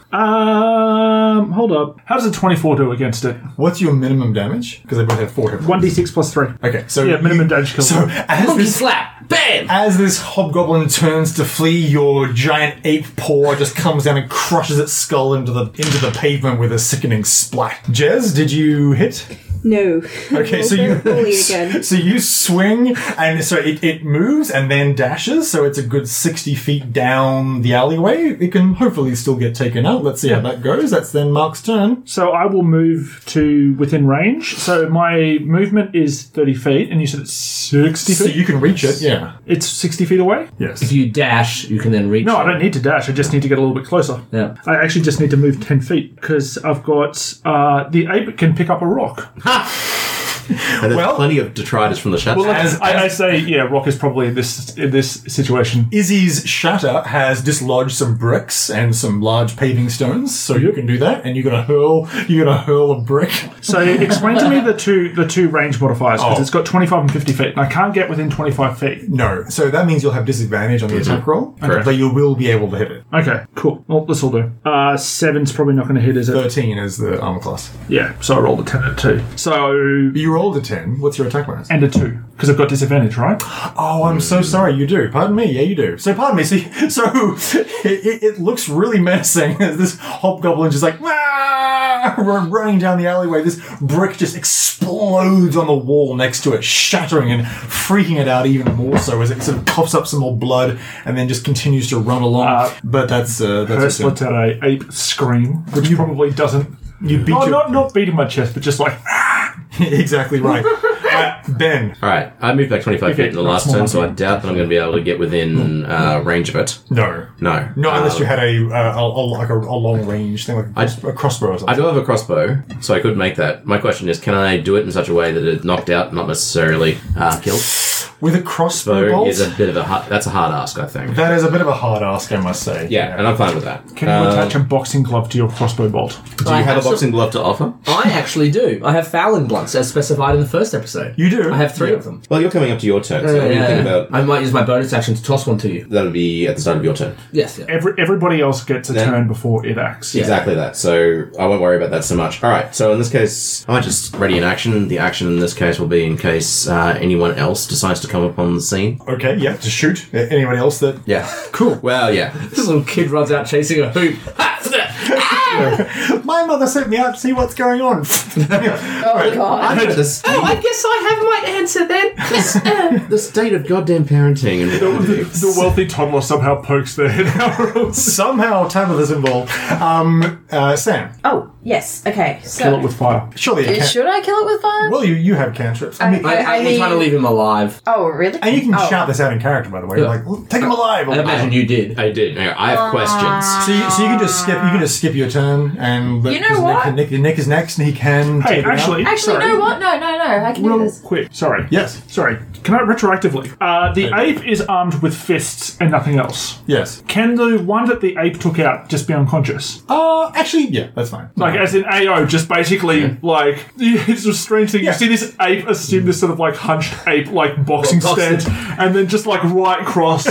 D: Um, hold up. How does a 24 do against it?
C: What's your minimum damage? Because they both have four hit
D: 1d6 plus 3.
C: Okay, so.
D: Yeah, minimum damage kills.
C: So
D: it.
C: as this slap, bam! As this hobgoblin turns to flee, your giant ape paw just comes down and crushes its skull into the into the pavement with a sickening splat. Jez, did you hit?
B: No.
C: Okay, so
B: Roll
C: you
B: for bully again.
C: so you swing and so it, it moves and then dashes. So it's a good sixty feet down the alleyway. It can hopefully still get taken out. Let's see how that goes. That's then Mark's turn.
D: So I will move to within range. So my movement is 30 feet, and you said it's 60 feet?
C: So you can reach it, yeah.
D: It's 60 feet away?
C: Yes.
D: If you dash, you can then reach No, I don't need to dash. I just need to get a little bit closer. Yeah. I actually just need to move 10 feet, because I've got... Uh, the ape can pick up a rock.
E: And there's plenty of detritus from the shadow.
D: Well, as, I, I say, yeah, rock is probably in this in this situation.
C: Izzy's shatter has dislodged some bricks and some large paving stones, so you can do that. And you're gonna hurl, you're gonna hurl a brick.
D: So explain to me the two the two range modifiers because
C: Oh.
D: it's got twenty five and fifty feet, and I can't get within twenty five feet.
C: No, so that means you'll have disadvantage on the attack roll,
D: Correct.
C: but you will be able to hit it.
D: Okay, cool. Well, this will do. Uh, seven's probably not going to hit, is it?
C: Thirteen is the armor class.
D: Yeah, so I rolled a ten and a two. So you
C: rolled a ten. What's your attack bonus?
D: And a two because I've got disadvantage, right?
C: Oh, I'm so sorry. You do. Pardon me. Yeah, you do. So pardon me. So, so it, it, it looks really menacing as this hobgoblin just like "Wah!" run- running down the alleyway. This brick just explodes on the wall next to it, shattering and freaking it out even more so as it sort of coughs up some more blood and then just continues to run along. but that's uh, that's
D: Hurst
C: it.
D: lets out a ape scream, which probably doesn't.
C: You beat
D: oh,
C: your-
D: not not beating my chest, but just like
C: exactly right. Uh, ben.
E: All right, I moved back 25
C: Okay,
E: feet in the
C: that's
E: last
C: more
E: turn, so I doubt that I'm going to be able to get within uh, range of it.
C: No.
E: No.
C: Hmm. Not unless
E: Um,
C: you had a, uh, a, a like a, a long range thing, like a, cross, a crossbow or something.
E: I do have a crossbow, so I could make that. My question is, can I do it in such a way that it's knocked out, not necessarily uh, killed?
C: With a crossbow
E: So
C: bolt?
E: is a bit of a hard, that's a hard ask, I think.
C: That is a bit of a hard ask, I must say.
E: Yeah, and I'm fine with that.
D: Can
J: Uh,
C: Uh,
D: you attach a boxing glove to your crossbow bolt?
E: Do you have a boxing glove to offer?
G: I actually do. I have fouling blunts, as specified in the first episode.
C: You do.
G: I have three of them. Uh,
E: Well, you're coming up to your turn, so
G: Yeah,
E: what do you
G: yeah,
E: think
G: yeah.
E: about? I might use my bonus action to toss one to you. That'll be at the start of your turn.
G: Yes.
D: Every, everybody else gets a
E: Then-
D: turn before it acts.
E: Exactly that. So I won't worry about that so much. All right. So in this case, I might just ready an action. The action in this case will be in case uh, anyone else decides to come upon the scene.
C: Okay, yeah, to shoot A- anyone else that.
E: Yeah.
C: Cool.
E: Well, yeah.
G: This little kid runs out chasing a hoop.
C: My mother sent me out to see what's going on. oh,
G: God.
E: oh,
G: I guess I have my answer then. Yes, uh,
E: the state of goddamn parenting and
D: The, the wealthy toddler somehow pokes their head out.
C: Somehow Tabitha's involved. Um, uh, Sam,
J: Oh, yes. Okay,
C: kill it
J: so.
C: with fire. Surely it
J: Uh,
C: can.
J: Should I kill it with fire?
C: Well, you, you have cantrips.
J: I- I- I I'm trying to mean- leave
G: him alive.
J: oh, really?
C: And you can
J: oh.
C: shout this out in character, by the way. You're like, "Well, take him alive.
E: I imagine you did. I did. Yeah, I have questions.
C: So you, so you can just skip. You can just skip your turn, and
J: You know
C: because
J: what?
C: Nick, Nick, Nick is next, and he can.
D: Hey,
C: take it out.
D: actually-
J: Actually,
D: Sorry.
J: no, what? No, no, no. I can do
D: Real
J: this.
D: quick, sorry.
C: Yes.
D: Sorry. Can I retroactively? Uh, the ape is armed with fists and nothing else.
C: Yes.
D: Can the one that the ape took out just be unconscious?
C: Oh. Uh, actually, yeah, that's fine.
D: Like Like, as in AO, just basically, like, it's a strange thing. You see this ape assume this sort of, like, hunched ape, like, boxing
C: boxing.
D: stance, and then just, like, right cross.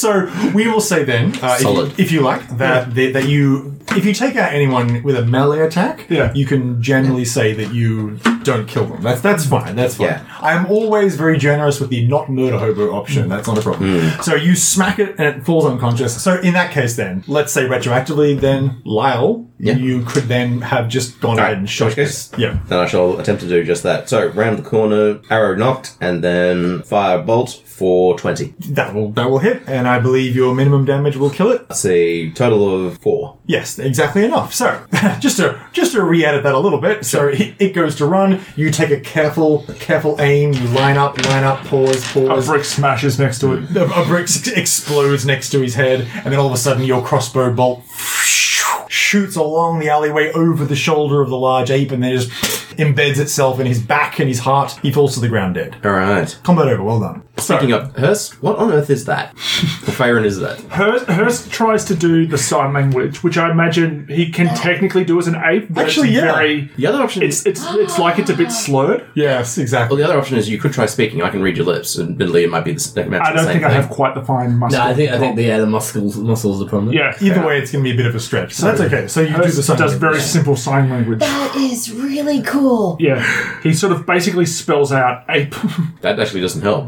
C: so, we will say then, uh, if-
D: Solid.
C: If, you like, that, that that you, if you take out anyone with a melee attack, yeah. you can generally say that you don't kill them. That's that's fine. That's fine. I am always very generous with the not murder hobo option. That's not a problem. So you smack it and it falls unconscious. So in that case, then let's say retroactively, then Lyle, you could then have just gone ahead and shot this. Yeah.
E: Then I shall attempt to do just that. So round the corner, arrow knocked, and then fire bolt for twenty.
C: That will that will hit, and I believe your minimum damage will kill it.
E: That's a total of four.
C: Yes, exactly enough. So, just to just to re-edit that a little bit. So it, it goes to run. You take a careful careful aim. You line up, line up, pause, pause.
D: A brick smashes next to it.
C: A, a brick s- explodes next to his head, and then all of a sudden your crossbow bolt shoots along the alleyway over the shoulder of the large ape, and then just embeds itself in his back and his heart. He falls to the ground dead.
K: All right.
C: Combat over. Well done.
K: Speaking of Hurst, what on earth is that? What Farin is that?
D: Hurst, Hurst tries to do the sign language, which I imagine he can technically do as an ape. But
K: Actually,
D: it's
K: yeah.
D: Very,
K: the other option
D: it's it's it's like it's a bit slurred.
C: Yes, exactly.
K: Well, the other option is you could try speaking. I can read your lips, and admittedly, it might be the, s- it might be
D: I
K: the
D: don't
K: same
D: think I
K: thing.
D: have quite the fine muscle.
K: No, I think- I think
I: the yeah, the muscles muscles are problem.
D: Yeah.
C: Either way, it's going to be a bit of a stretch. So that's okay. So you do
D: Hurst
C: the sign
D: does
C: language.
D: very simple sign language.
J: That is really cool.
D: Yeah, he sort of basically spells out ape.
K: That actually doesn't help.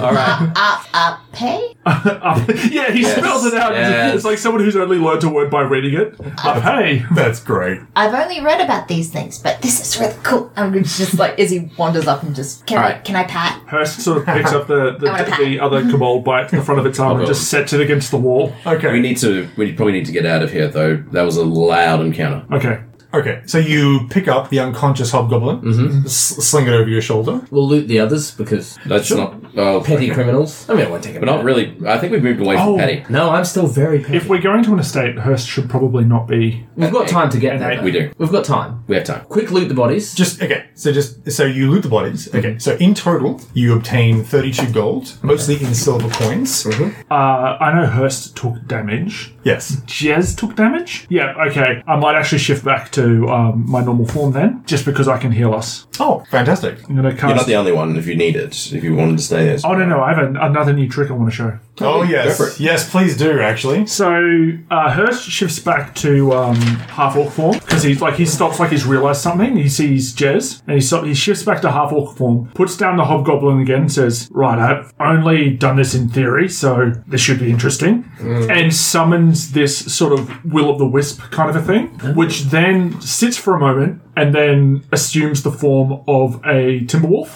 K: All right.
J: Up, up, pay?
D: yeah, he
K: Yes.
D: spells it out.
K: Yes.
D: It's like someone who's only learned a word by reading it. But hey,
C: that's great.
J: I've only read about these things, but this is really cool. I'm just like, as he wanders up and just, can, I,
D: Alright.
J: can I pat?
D: Hurst sort of picks up the
J: I wanna
D: the,
J: pat.
D: the other kobold by the front of its arm and just sets it against the wall.
C: Okay.
K: We
E: need to. We probably need to get out of here, though. That was a loud encounter.
D: Okay.
C: Okay, so you pick up the unconscious hobgoblin,
E: Mm-hmm.
C: s- sling it over your shoulder.
I: We'll loot the others because
E: that's not oh,
I: petty criminals. I mean, I won't take it.
E: But not really. I think we've moved away from
D: Oh.
E: petty.
I: No, I'm still very petty.
D: If we're going to an estate, Hurst should probably not be.
I: We've got time to get there.
D: ape.
I: though.
D: We
E: do.
I: We've got time.
E: We have time.
I: Quick loot the bodies.
C: Just okay. So just so you loot the bodies.
E: Mm-hmm.
C: Okay. So in total, you obtain thirty-two gold, mostly in silver coins.
E: Mm-hmm.
D: Uh, I know Hurst took damage.
C: Yes.
D: Jez took damage? Yeah, okay. I might actually shift back to um, my normal form then, just because I can heal us.
C: Oh, fantastic.
D: I'm going to
E: You're not
D: cast.
E: the only one. If you need it, if you wanted to stay there.
D: Oh, no, no. I have an, another new trick I want to show.
C: Oh
E: Go for
C: yes,
E: it.
C: yes, please do actually.
D: So uh, Hurst shifts back to um, half orc form because he's like he stops like he's realised something. He sees Jez and he stop, he shifts back to half orc form, puts down the hobgoblin again, and says, "Right, I've only done this in theory, so this should be interesting,"
E: Mm.
D: and summons this sort of will of the wisp kind of a thing, which then sits for a moment and then assumes the form of a timberwolf,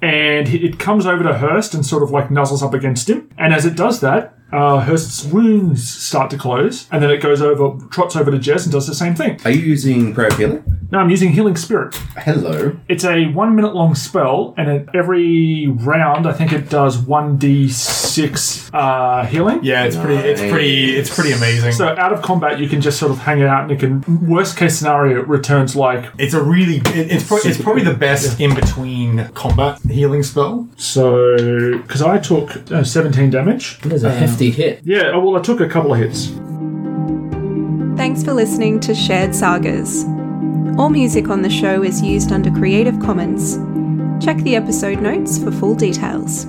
D: and he- it comes over to Hurst and sort of like nuzzles up against him, and as it does that. Uh, Hurst's wounds start to close, and then it goes over, trots over to Jess and does the same thing.
E: Are you using prayer of healing?
D: No, I'm using Healing Spirit.
E: Hello.
D: It's a one minute long spell, and it, every round, I think it does 1d6 uh, healing.
C: Yeah, it's pretty. It's pretty. It's pretty amazing.
D: So out of combat, you can just sort of hang it out, and it can. Worst case scenario, it returns like
C: it's a really. it- it's pro- it's probably the best in between combat healing spell.
D: So, because I took uh, 17 damage.
I: That is a hefty hit.
D: Yeah, oh, well, I took a couple of hits.
B: Thanks for listening to Shared Sagas. All music on the show is used under Creative Commons. Check the episode notes for full details.